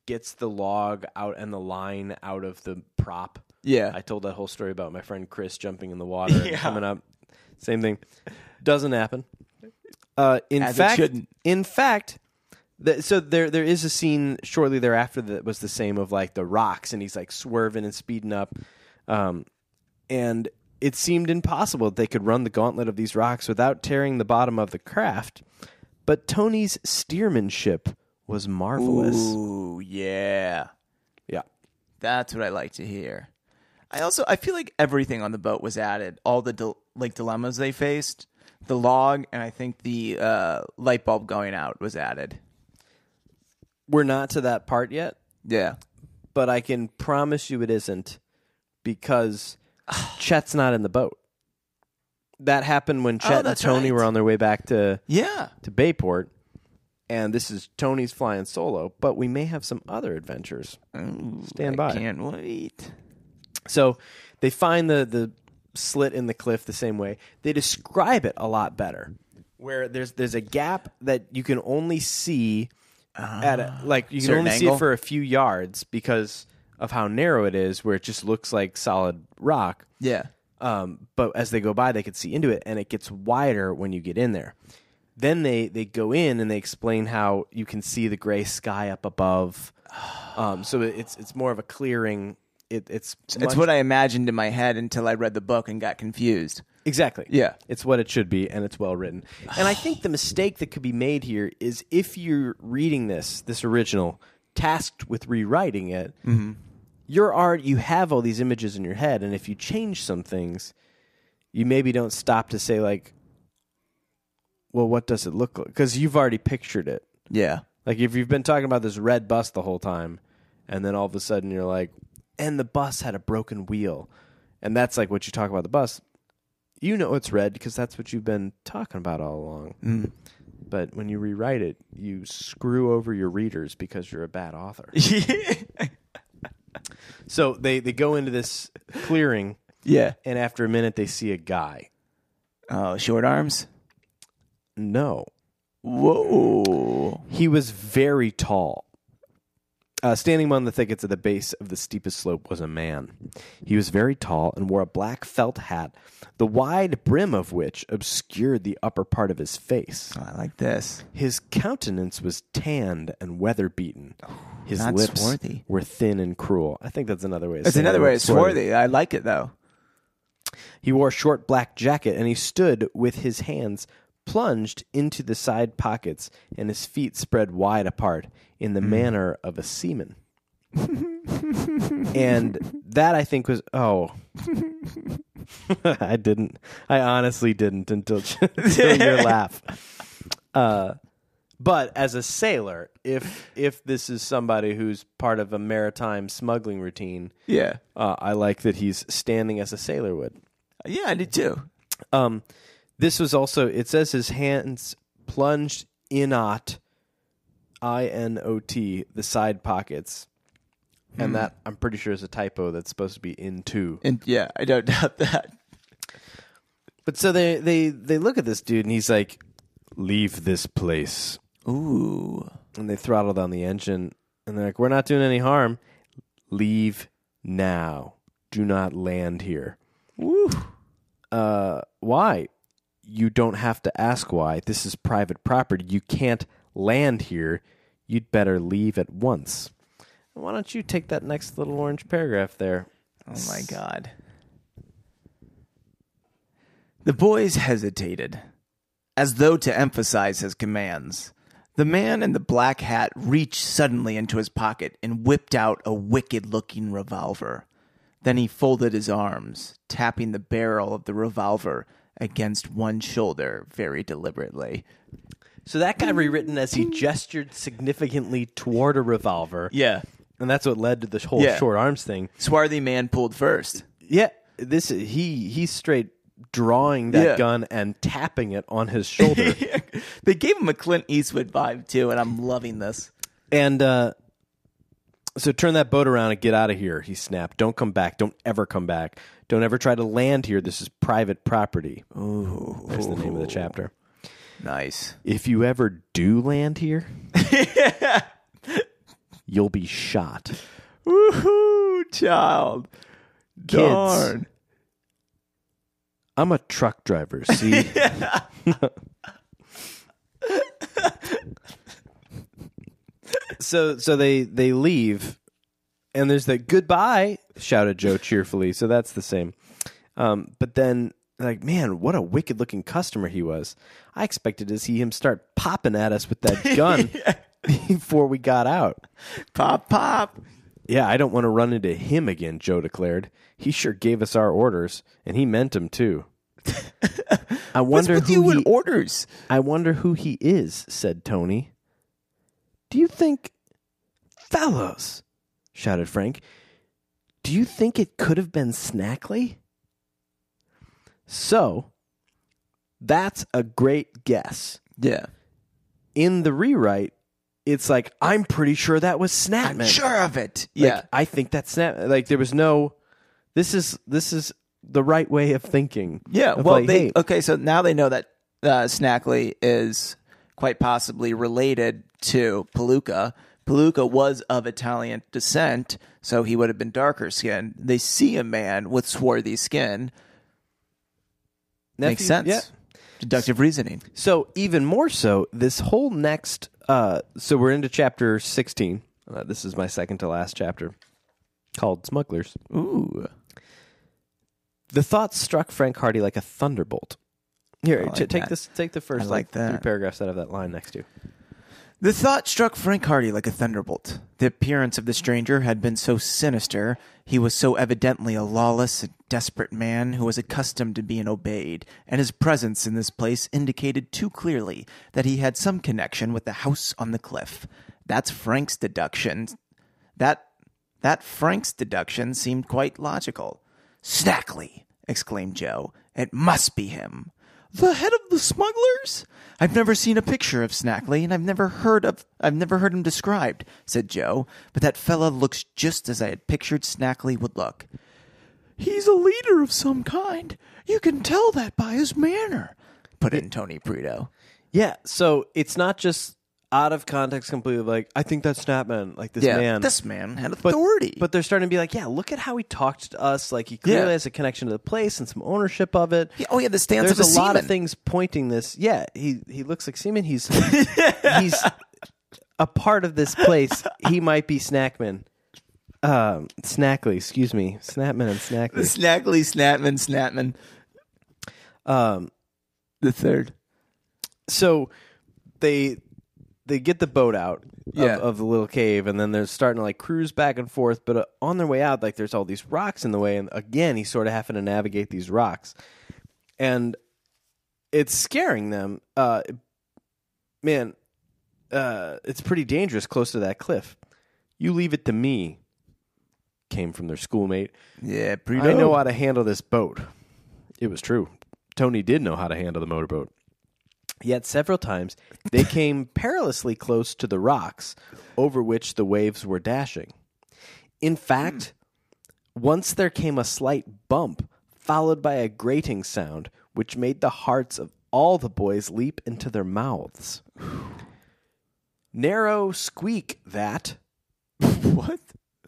gets the log out and the line out of the prop. Yeah. I told that whole story about my friend Chris jumping in the water and Yeah. coming up. Same thing. Doesn't happen. Uh, in As it fact, shouldn't. in fact, th- so there there is a scene shortly thereafter that was the same of like the rocks and he's like swerving and speeding up, um, and it seemed impossible that they could run the gauntlet of these rocks without tearing the bottom of the craft. But Tony's steermanship was marvelous. Ooh, yeah. Yeah, That's what I like to hear. I also I feel like everything on the boat was added. All the dil- like dilemmas they faced, the log, and I think the uh, light bulb going out was added. we're not to that part yet. Yeah. but I can promise you it isn't because Chet's not in the boat. That happened when Chet and Oh, that's Tony right. were on their way back to, Yeah. to Bayport, and this is Tony's flying solo, but we may have some other adventures. Stand I by. Can't wait. So they find the, the slit in the cliff the same way. They describe it a lot better. Where there's there's a gap that you can only see at a, like you can Ah. Certain only see angle? it for a few yards because of how narrow it is, where it just looks like solid rock. Yeah. Um, but as they go by, they could see into it, and it gets wider when you get in there. Then they they go in and they explain how you can see the gray sky up above. Um, so it's it's more of a clearing. It, it's It's much- what I imagined in my head until I read the book and got confused. Exactly. Yeah. It's what it should be and it's well written. And I think the mistake that could be made here is if you're reading this, this original, tasked with rewriting it, you're already you have all these images in your head and if you change some things, you maybe don't stop to say like well, what does it look like? Cuz you've already pictured it. Yeah. Like if you've been talking about this red bus the whole time, and then all of a sudden you're like, and the bus had a broken wheel, and that's like what you talk about the bus. You know it's red because that's what you've been talking about all along. But when you rewrite it, you screw over your readers because you're a bad author. so they they go into this clearing, yeah. and after a minute they see a guy, Oh, short arms. No. Whoa. He was very tall. Uh, standing among the thickets at the base of the steepest slope was a man. He was very tall and wore a black felt hat, the wide brim of which obscured the upper part of his face. I like this. His countenance was tanned and weather beaten. His Not lips swarthy. were thin and cruel. I think that's another way. Of That's saying another the way. word It's swarthy. I like it though. He wore a short black jacket, and he stood with his hands plunged into the side pockets and his feet spread wide apart in the manner of a seaman. and that I think was oh. I didn't. I honestly didn't until, until your laugh. Uh, but as a sailor, if if this is somebody who's part of a maritime smuggling routine, Yeah. uh, I like that he's standing as a sailor would. Yeah, I did too. Um, this was also it says his hands plunged inot, i n o t the side pockets, and that I'm pretty sure is a typo that's supposed to be into. And yeah, I don't doubt that. But so they they they look at this dude and he's like, "Leave this place," Ooh. and they throttle down the engine and they're like, "We're not doing any harm. Leave now. Do not land here." Woo. uh, why? You don't have to ask why. This is private property. You can't land here. You'd better leave at once. Why don't you take that next little orange paragraph there? Oh my god. The boys hesitated, as though to emphasize his commands. The man in the black hat reached suddenly into his pocket and whipped out a wicked looking revolver. Then he folded his arms, tapping the barrel of the revolver against one shoulder very deliberately. So that got rewritten as he gestured significantly toward a revolver. Yeah. And that's what led to the whole Yeah. short arms thing. Swarthy man pulled first. Yeah. This he he's straight drawing that Yeah. gun and tapping it on his shoulder. they gave him a Clint Eastwood vibe too, and I'm loving this. And uh, so turn that boat around and get out of here, he snapped. Don't come back. Don't ever come back. Don't ever try to land here. This is private property. Ooh. That's the name of the chapter. Nice. If you ever do land here, you'll be shot. Woohoo, child. Darn. I'm a truck driver, see? so so they they leave and there's the goodbye shouted Joe cheerfully, so that's the same. Um, but then like, man, what a wicked looking customer he was. I expected to see him start popping at us with that gun before we got out. Pop, pop. Yeah, I don't want to run into him again, Joe declared. He sure gave us our orders, and he meant 'em too. I What's wonder with who you in he, orders? I wonder who he is, said Tony. Do you think fellows? shouted Frank. Do you think it could have been Snackley? So, that's a great guess. Yeah. In the rewrite, it's like I'm pretty sure that was Snapman. Sure of it. Like, yeah. I think that's snap. Like there was no. This is this is the right way of thinking. Yeah. Of Well, like, they hey, okay. So now they know that uh, Snackley is quite possibly related to Palooka. Palooka was of Italian descent, so he would have been darker skinned. They see a man with swarthy skin. nephew- Makes sense. yeah. Deductive reasoning. So even more so, this whole next. Uh, so we're into chapter sixteen. Uh, this is my second to last chapter, called "Smugglers." Ooh. The thought struck Frank Hardy like a thunderbolt. Here, like t- take that. this. Take the first I like, like that. three paragraphs out of that line next to. The thought struck Frank Hardy like a thunderbolt. The appearance of the stranger had been so sinister. He was so evidently a lawless and desperate man who was accustomed to being obeyed, and his presence in this place indicated too clearly that he had some connection with the house on the cliff. That's Frank's deduction. That that Frank's deduction seemed quite logical. Snackley! exclaimed Joe. It must be him. The head of the smugglers? I've never seen a picture of Snackley, and I've never heard of I've never heard him described, said Joe, but that fella looks just as I had pictured Snackley would look. He's a leader of some kind. You can tell that by his manner. Put in Tony Preto. Yeah, so it's not just out of context completely. Like I think that Snapman, like this man, this man had but, authority. But they're starting to be like, yeah, look at how he talked to us. Like he clearly Yeah. has a connection to the place and some ownership of it. Yeah, oh yeah, the stance There's of a lot of seaman. things pointing this. Yeah, he he looks like Seaman. He's he's a part of this place. He might be Snackman, um, Snackly. Excuse me, Snapman and Snackly. Snackly, Snapman, Snapman. Um, The third. so they they get the boat out of, Yeah. of the little cave and then they're starting to like cruise back and forth but uh, on their way out like there's all these rocks in the way and again he's sort of having to navigate these rocks and it's scaring them uh man uh it's pretty dangerous close to that cliff you leave it to me came from their schoolmate Yeah, Preto. I know how to handle this boat. It was true. Tony did know how to handle the motorboat. Yet several times they came perilously close to the rocks over which the waves were dashing. In fact, once there came a slight bump, followed by a grating sound, which made the hearts of all the boys leap into their mouths. Narrow squeak that, what?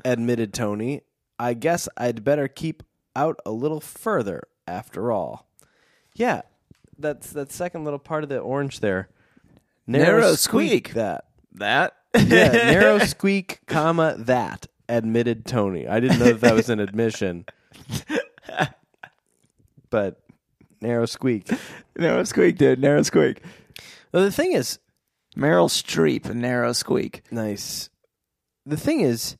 admitted Tony. I guess I'd better keep out a little further after all. Yeah, that's that second little part of the orange there. Narrow squeak. that. That? Yeah, narrow squeak, comma that admitted Tony. I didn't know that, that was an admission, but narrow squeak. narrow squeak, dude. Narrow squeak. Well, the thing is, Meryl Streep, narrow squeak. nice. The thing is,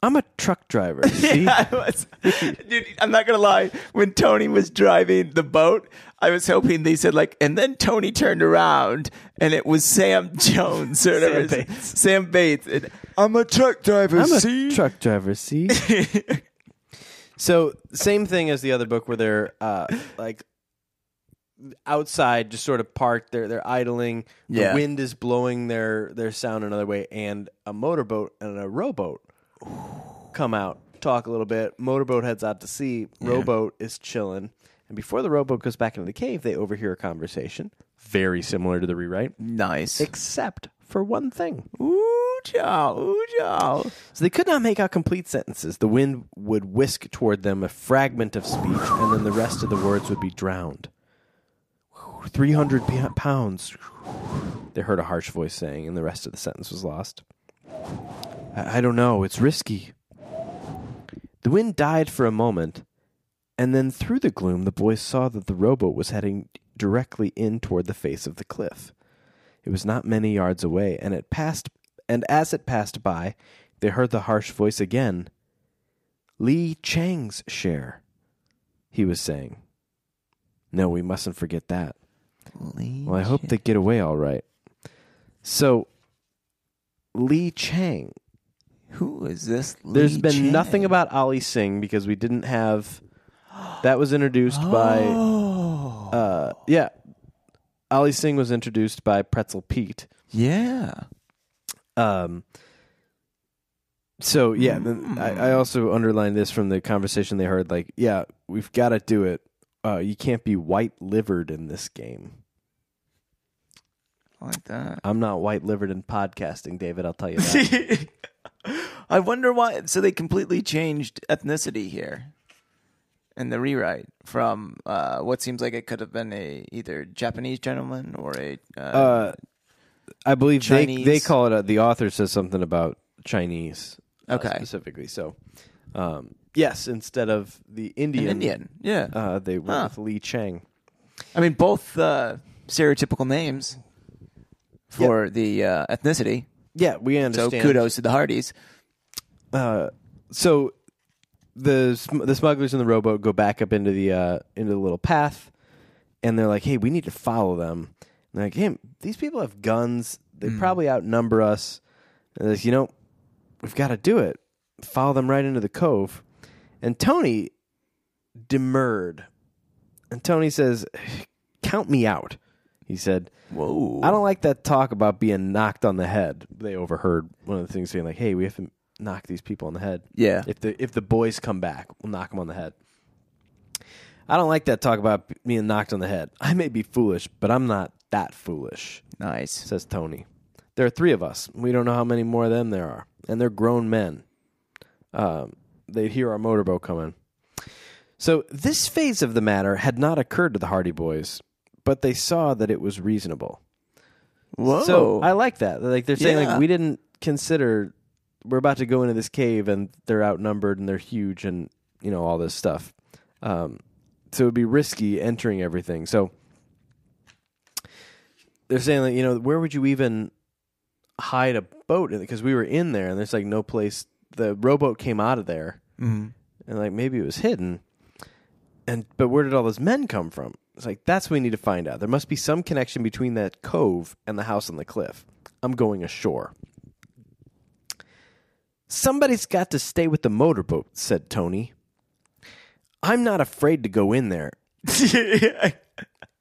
I'm a truck driver. See, I was, dude, I'm not gonna lie. When Tony was driving the boat, I was hoping they said like, and then Tony turned around, and it was Sam Jones or whatever. his- Bates. Sam Bates. And, I'm a truck driver. I'm a see? truck driver. See. so same thing as the other book where they're uh, like outside, just sort of parked. They're they're idling. Yeah. The wind is blowing their their sound another way, and a motorboat and a rowboat come out, talk a little bit. Motorboat heads out to sea. Rowboat is chilling. And before the rowboat goes back into the cave, they overhear a conversation very similar to the rewrite, Mm. nice. except for one thing. Ooh, chow, ooh, chow. So they could not make out complete sentences. The wind would whisk toward them a fragment of speech, and then the rest of the words would be drowned. 300 p- pounds. They heard a harsh voice saying, and the rest of the sentence was lost. I, I don't know. It's risky. The wind died for a moment, and then through the gloom, the boys saw that the rowboat was heading directly in toward the face of the cliff. It was not many yards away, and it passed. And as it passed by, they heard the harsh voice again. Lee Chang's share, he was saying. No, we mustn't forget that. Well, I hope they get away all right. So, Lee Chang. Who is this? There's Lee been Chang? nothing about Ali Singh because we didn't have. That was introduced by. Oh, Uh, yeah. Ali Singh was introduced by Pretzel Pete. yeah. Um, so yeah, then I, I Hmm. also underlined this from the conversation they heard. Like, yeah, we've got to do it. Uh, you can't be white livered in this game. I like that. I'm not white livered in podcasting, David. I'll tell you that. I wonder why. So they completely changed ethnicity here in the rewrite from uh, what seems like it could have been a either Japanese gentleman or a uh, uh, I believe they Chinese. they call it. A, the author says something about Chinese, uh, Okay. specifically. So, um, yes, instead of the an Indian, Indian. Yeah, uh, they went Huh. with Lee Chang. I mean both uh, stereotypical names for the uh, ethnicity. Yeah, we So understand. kudos to the Hardys. uh, so the sm- the smugglers in the rowboat go back up into the uh, into the little path, and they're like, "Hey, we need to follow them." And they're like, "Hey, these people have guns. They probably outnumber us." And they're like, "You know, we've got to do it. Follow them right into the cove." And Tony demurred, and Tony says, "Count me out," he said. Whoa! I don't like that talk about being knocked on the head. They overheard one of the things saying like, "Hey, we have to knock these people on the head. Yeah. If the if the boys come back, we'll knock them on the head. I don't like that talk about being knocked on the head. I may be foolish, but I'm not that foolish, Nice. says Tony. There are three of us. We don't know how many more of them there are, and they're grown men. Um, they hear our motorboat coming. So this phase of the matter had not occurred to the Hardy Boys, but they saw that it was reasonable. Whoa. So I like that. Like they're saying, Yeah. like we didn't consider we're about to go into this cave and they're outnumbered and they're huge and you know all this stuff. Um, so it'd be risky entering everything. So they're saying, like you know, where would you even hide a boat? Because we were in there and there's like no place. The rowboat came out of there Mhm. and like maybe it was hidden. And but where did all those men come from? It's like that's what we need to find out. There must be some connection between that cove and the house on the cliff. I'm going ashore. Somebody's got to stay with the motorboat, said Tony. I'm not afraid to go in there,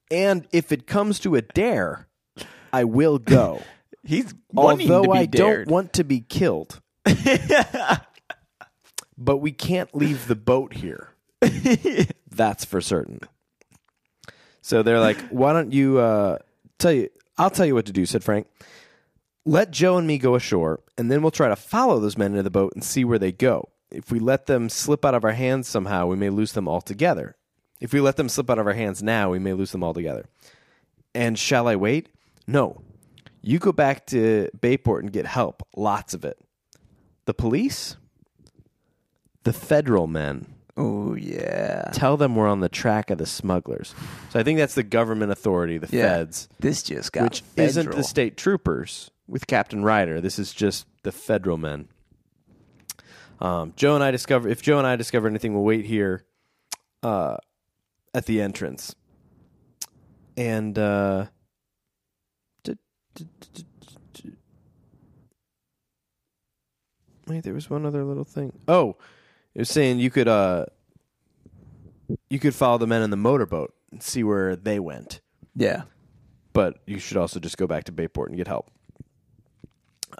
and if it comes to a dare, I will go. He's wanting to Although be I dared. don't want to be killed. but we can't leave the boat here. That's for certain. So they're like, why don't you uh, tell you? I'll tell you what to do, said Frank. Let Joe and me go ashore, and then we'll try to follow those men into the boat and see where they go. If we let them slip out of our hands somehow, we may lose them altogether. If we let them slip out of our hands now, we may lose them altogether. And shall I wait? No. You go back to Bayport and get help, lots of it. The police? The federal men oh yeah. tell them we're on the track of the smugglers. So I think that's the government authority, the Yeah. feds, This just got which isn't the state troopers with Captain Ryder. This is just the federal men. Um, Joe and I discover if Joe and I discover anything, we'll wait here uh, at the entrance. And uh, d- d- d- d- d- d- wait, there was one other little thing. Oh, it was saying you could uh, you could follow the men in the motorboat and see where they went yeah. but you should also just go back to Bayport and get help.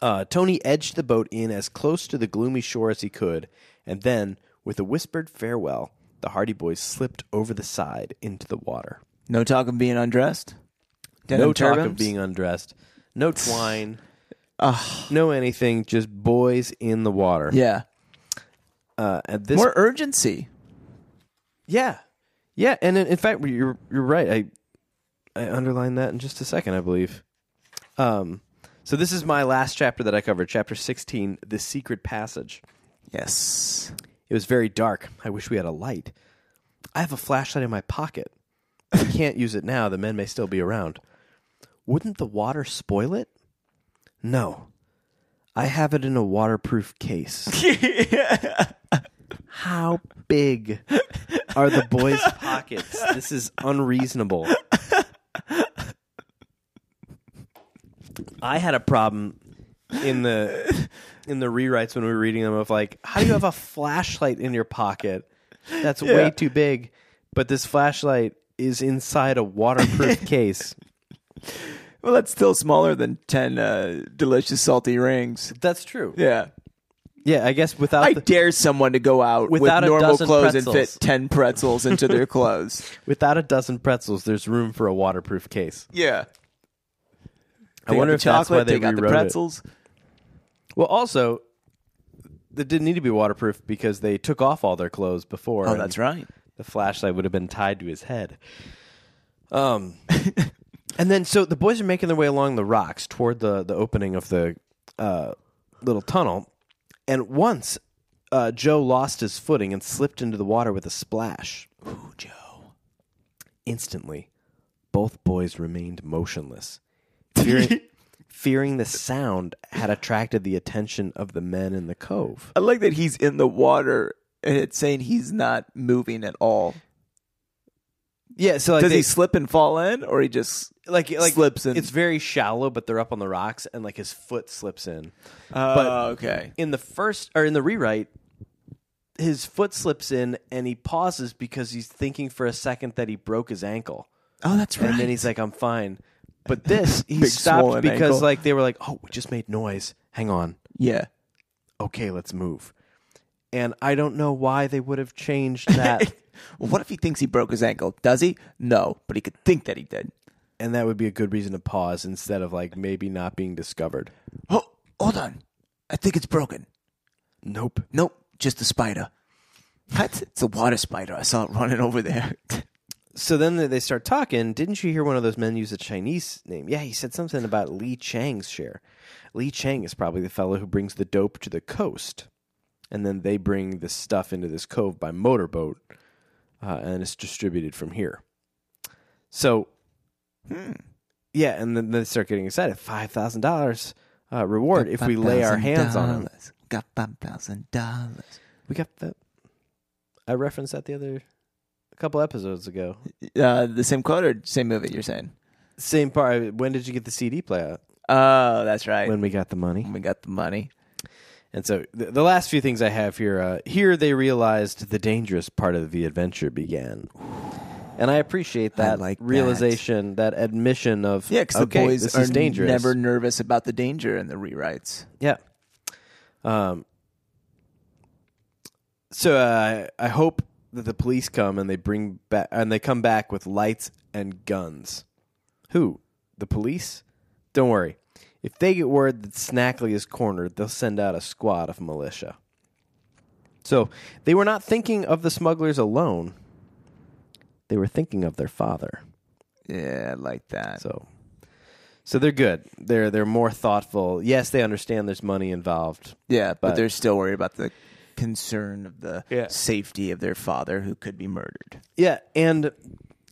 Uh, Tony edged the boat in as close to the gloomy shore as he could, and then, with a whispered farewell, the Hardy Boys slipped over the side into the water. No talk of being undressed. Denim no talk of turbans? being undressed, no twine, no anything, just boys in the water. Yeah. Uh, at this More urgency. Yeah, yeah, and in, in fact, you're you're right. I I underlined that in just a second, I believe. Um, so this is my last chapter that I covered, chapter sixteen, the secret passage. Yes. It was very dark. I wish we had a light. I have a flashlight in my pocket. If we can't use it now. The men may still be around. Wouldn't the water spoil it? No. I have it in a waterproof case. How big are the boys' pockets? This is unreasonable. I had a problem in the in the rewrites when we were reading them of like, how do you have a flashlight in your pocket? That's way too big. But this flashlight is inside a waterproof case. Well, that's still smaller than ten uh, delicious salty rings. That's true. Yeah. Yeah, I guess without I the, dare someone to go out Without a with normal dozen clothes and pretzels. fit ten pretzels into their clothes. without a dozen pretzels, there's room for a waterproof case. Yeah. I wonder if that's why they got the rewrote it. pretzels. Well, also, it didn't need to be waterproof because they took off all their clothes before. Oh, and that's right. The flashlight would have been tied to his head. Um, and then so the boys are making their way along the rocks toward the the opening of the uh, little tunnel, and once uh, Joe lost his footing and slipped into the water with a splash. Ooh, Joe. Instantly, both boys remained motionless, fearing, fearing the sound had attracted the attention of the men in the cove. I like that he's in the water and it's saying he's not moving at all. Yeah, so like Does they- he slip and fall in or he just like like slips in? It's very shallow, but they're up on the rocks, and like his foot slips in. Oh, okay. In the first or in the rewrite, his foot slips in, and he pauses because he's thinking for a second that he broke his ankle, Oh, that's right. and then he's like, "I'm fine." But this, he Big stopped swollen because ankle. like they were like, "Oh, we just made noise. Hang on." yeah. okay, let's move. And I don't know why they would have changed that. Well, what if he thinks he broke his ankle? Does he? No, but he could think that he did. and that would be a good reason to pause instead of like maybe not being discovered. Oh, hold on. I think it's broken. Nope. Nope, just a spider. What? It's a water spider. I saw it running over there. So then they- they start talking. Didn't you hear one of those men use a Chinese name? Yeah, he said something about Li Chang's share. Li Chang is probably the fellow who brings the dope to the coast. And then they bring this stuff into this cove by motorboat uh, and it's distributed from here. So, yeah, and then they start getting excited. $5,000 uh, reward if we lay our hands on him. $5,000. Got five thousand dollars. We got that. I referenced that the other a couple episodes ago. Uh, the same quote or same movie? You're saying? Same part. When did you get the CD player? Oh, that's right. When we got the money. we got the money. And so the, the last few things I have here. Uh, here they realized the dangerous part of the adventure began. And I appreciate that like that. realization, that. admission of Yeah, because okay, the boys this are is dangerous. never nervous about the danger in the rewrites. Yeah. Um. So uh, I hope that the police come and they bring back and they come back with lights and guns. Who? The police? Don't worry. If they get word that Snackley is cornered, they'll send out a squad of militia. So they were not thinking of the smugglers alone. They were thinking of their father. Yeah, I like that. So, so they're good. They're they're more thoughtful. Yes, they understand there's money involved, yeah, but, but- they're still worried about the concern of the Yeah. safety of their father, who could be murdered. Yeah, and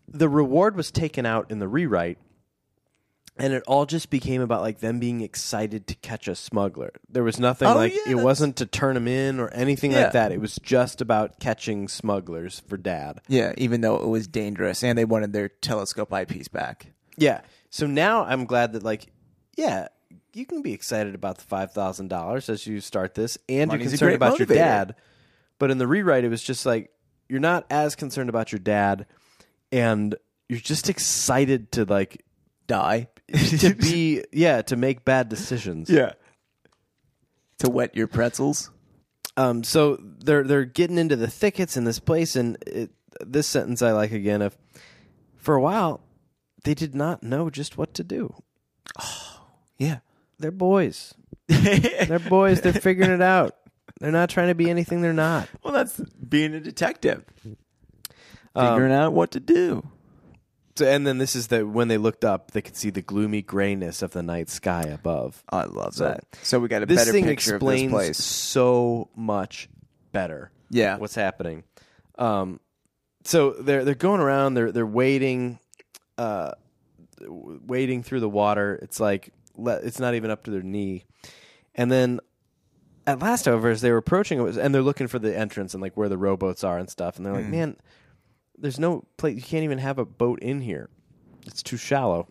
the reward was taken out in the rewrite, and it all just became about like them being excited to catch a smuggler. There was nothing Oh, like yeah, it that's- wasn't to turn him in or anything Yeah. like that. It was just about catching smugglers for dad. Yeah, even though it was dangerous, and they wanted their telescope eyepiece back. Yeah. So now I'm glad that like, yeah, you can be excited about the five thousand dollars as you start this, and Money's a you're concerned great about motivator. your dad. But in the rewrite, it was just like you're not as concerned about your dad, and you're just excited to like Die to be yeah to make bad decisions. yeah. To wet your pretzels. Um. So they're they're getting into the thickets in this place, and it, this sentence I like again of, for a while, they did not know just what to do. Yeah. They're boys. They're boys. They're figuring it out. They're not trying to be anything they're not. Well, that's being a detective, Um, figuring out what to do. So, and then this is that when they looked up, they could see the gloomy grayness of the night sky above. I love So- that. So we got a This better thing picture explains of this place. so much better. Yeah. what's happening? Um, so they're they're going around. They're they're wading, uh, w- wading through the water. It's like le- it's not even up to their knee. And then at last, however, as they were approaching, it was, and they're looking for the entrance and like where the rowboats are and stuff. And they're like, man, there's no place. You can't even have a boat in here. It's too shallow.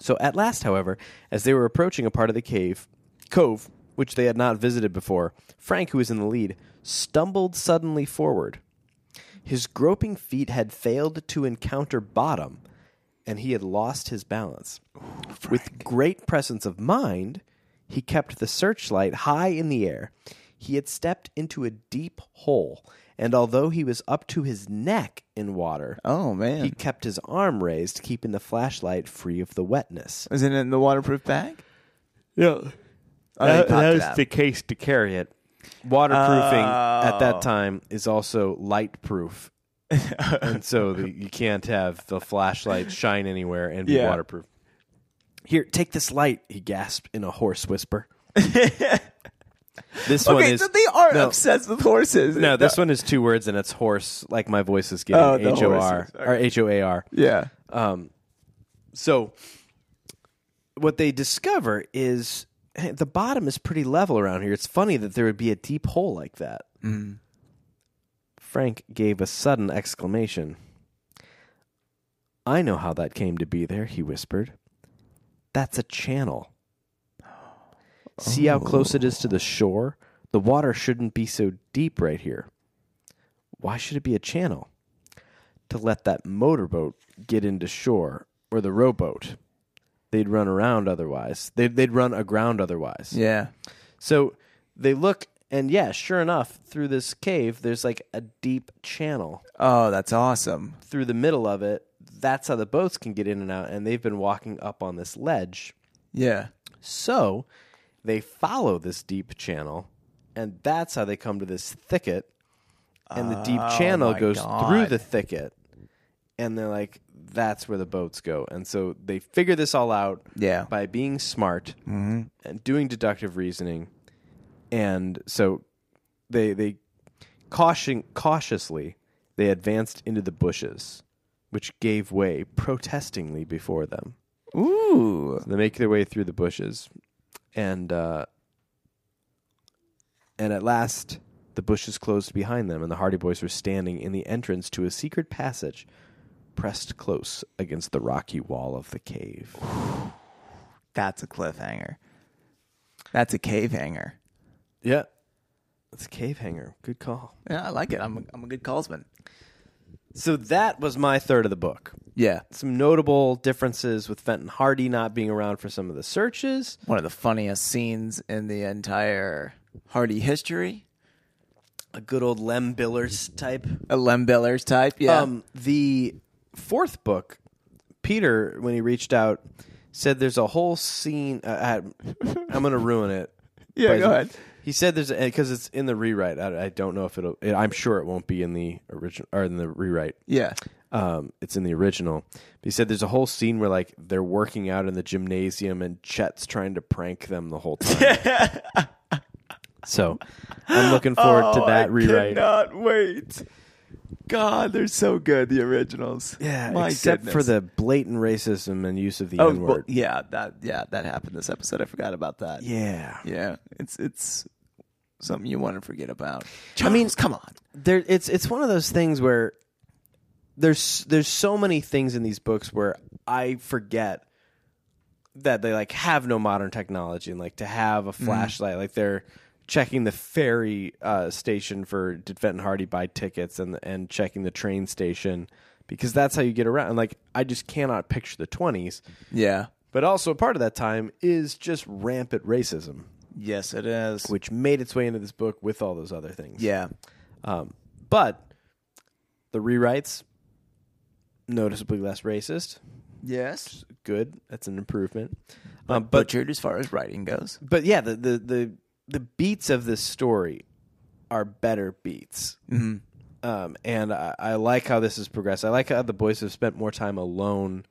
So at last, however, as they were approaching a part of the cave cove which they had not visited before, Frank, who was in the lead, stumbled suddenly forward. His groping feet had failed to encounter bottom, and he had lost his balance. With great presence of mind, he kept the searchlight high in the air. He had stepped into a deep hole, and although he was up to his neck in water, Oh man, he kept his arm raised, keeping the flashlight free of the wetness. was it in the waterproof bag? Yeah. Oh, he popped it out. case to carry it. Waterproofing at Oh. that time is also light proof. and so the, you can't have the flashlight shine anywhere and be Yeah. waterproof. Here, take this light, he gasped in a hoarse whisper. this one Okay, is so they are no. obsessed with horses. No, this one is two words and it's horse like my voice is Oh, getting the H O R horses. or H O A R. Yeah. So what they discover is hey, the bottom is pretty level around here. It's funny that there would be a deep hole like that. Frank gave a sudden exclamation. I know how that came to be there, he whispered. That's a channel. See how close it is to the shore? The water shouldn't be so deep right here. Why should it be a channel? to let that motorboat get into shore or the rowboat. They'd run around otherwise. They'd, they'd run aground otherwise. Yeah. So they look, and yeah, sure enough, through this cave, there's like a deep channel Oh, that's awesome. through the middle of it. That's how the boats can get in and out, and they've been walking up on this ledge. Yeah. So they follow this deep channel, and that's how they come to this thicket. And the deep channel Oh my goes through God. the thicket, and they're like, that's where the boats go. And so they figure this all out Yeah. by being smart and doing deductive reasoning. And so they they caution cautiously they advanced into the bushes, which gave way protestingly before them. Ooh. They make their way through the bushes, and uh, and at last the bushes closed behind them, and the Hardy Boys were standing in the entrance to a secret passage, pressed close against the rocky wall of the cave. That's a cliffhanger. That's a cave hanger. Yeah, it's a cave hanger. Good call. Yeah, I like it. I'm a, I'm a good callsman. So that was my third of the book. Yeah. Some notable differences with Fenton Hardy not being around for some of the searches. One of the funniest scenes in the entire Hardy history. A good old Lem Billers type. A Lem Billers type. Yeah. Um, the fourth book, Peter, when he reached out, said there's a whole scene. Uh, I, I'm going to ruin it. Yeah, But go ahead. He said there's because it's in the rewrite. I, I don't know if it'll. It, I'm sure it won't be in the original or in the rewrite. yeah. Um, it's in the original. But he said there's a whole scene where like they're working out in the gymnasium and Chet's trying to prank them the whole time. so I'm looking forward to that rewrite. oh, Cannot wait. God, they're so good. The originals. Yeah, My except for goodness. the blatant racism and use of the Oh N well, word. yeah, that yeah that happened this episode. I forgot about that. yeah, Yeah, it's it's something you want to forget about. I mean- Charles, come on. there. It's it's one of those things where there's there's so many things in these books where I forget that they like have no modern technology and like to have a flashlight, like they're checking the ferry uh, station for did Fenton Hardy buy tickets and and checking the train station because that's how you get around. And like I just cannot picture the twenties. Yeah. But also a part of that time is just rampant racism. Yes, it is. which made its way into this book with all those other things. yeah. But the rewrites noticeably less racist. Yes. Good, that's an improvement. Um, but Butchered Uh, as far as writing goes. but yeah, the the the, the beats of this story are better beats. Mm-hmm. Um, and I, I like how this has progressed. I like how the boys have spent more time alone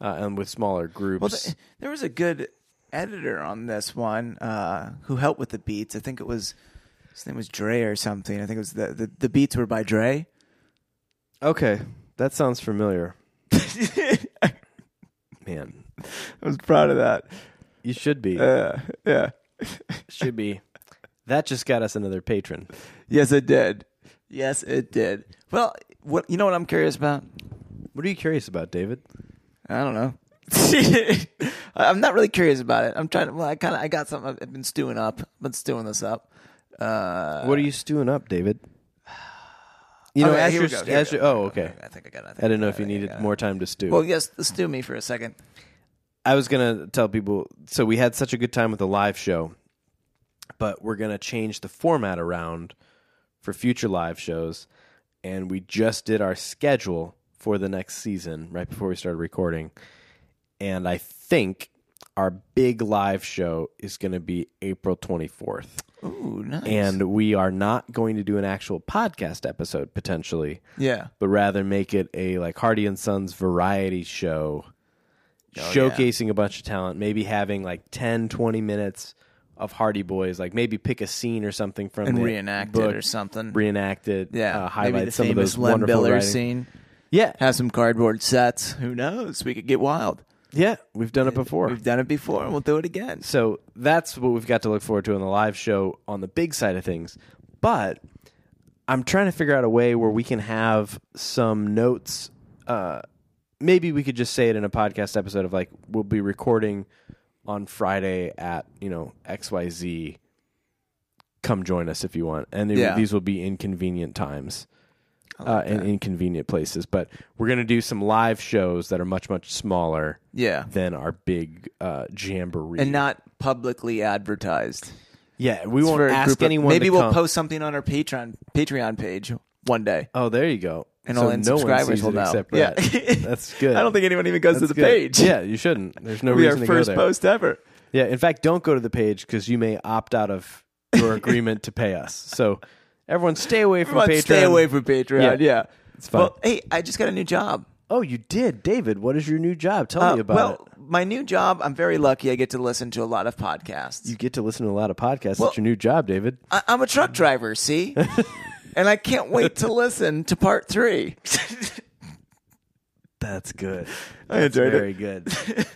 uh, and with smaller groups. Well, th- there was a good editor on this one uh, who helped with the beats. I think it was his name was Dre or something. I think it was the the, the beats were by Dre. okay, that sounds familiar, I man. was proud of that. You should be. Yeah, yeah. should be. That just got us another patron. Yes, it did. Yes, it did. Well, what you know what I'm curious about? What are you curious about, David? I don't know. I'm not really curious about it. I'm trying to. Well, I kind of. I got something. I've been stewing up. I've been stewing this up. Uh, What are you stewing up, David? You know, okay, as here you're, we go, here we as go. you're, oh, okay. I think I got. it. I, I didn't know if got you it, I needed got it. more time to stew. Well, yes, stew me for a second. I was gonna tell people. So we had such a good time with the live show, but we're gonna change the format around for future live shows, and we just did our schedule for the next season right before we started recording, and I think our big live show is gonna be April twenty fourth. Ooh, nice. and we are not going to do an actual podcast episode potentially, yeah, but rather make it a like Hardy and Sons variety show Oh, showcasing a bunch of talent, maybe having like 10 20 minutes of Hardy Boys, like maybe pick a scene or something from and the reenact book, it or something. reenacted, yeah, uh, highlight maybe the some famous of those Len wonderful Biller writing. scene. Yeah. Have some cardboard sets. Who knows? We could get wild. Yeah, we've done it before. We've done it before, and we'll do it again. So that's what we've got to look forward to on the live show on the big side of things. But I'm trying to figure out a way where we can have some notes. Uh, maybe we could just say it in a podcast episode of like, we'll be recording on Friday at, you know, XYZ. Come join us if you want. And Yeah. these will be inconvenient times like uh, and inconvenient places. But we're going to do some live shows that are much, much smaller Yeah, than our big uh, jamboree. and not publicly advertised. Yeah, we It's for won't a ask group of- anyone. Maybe to we'll come. post something on our Patreon Patreon page one day. Oh, there you go. And so all in no one subscribers sees will it know. Except yeah, Brad. that's good. I don't think anyone even goes that's to the good. page. Yeah, you shouldn't. There's no we reason to our first go there. post ever. Yeah, in fact, don't go to the page because you may opt out of your agreement to pay us. So everyone, stay away from Everyone Patreon. Stay away from Patreon. Yeah, Yeah. It's fine. Well, hey, I just got a new job. oh, you did, David. What is your new job? Tell Uh, me about well, it. my new job. I'm very lucky. I get to listen to a lot of podcasts. You get to listen to a lot of podcasts. Well- it's your new job, David. I- I'm a truck driver. See, and I can't wait to listen to part three. That's good. I enjoyed it. Very good.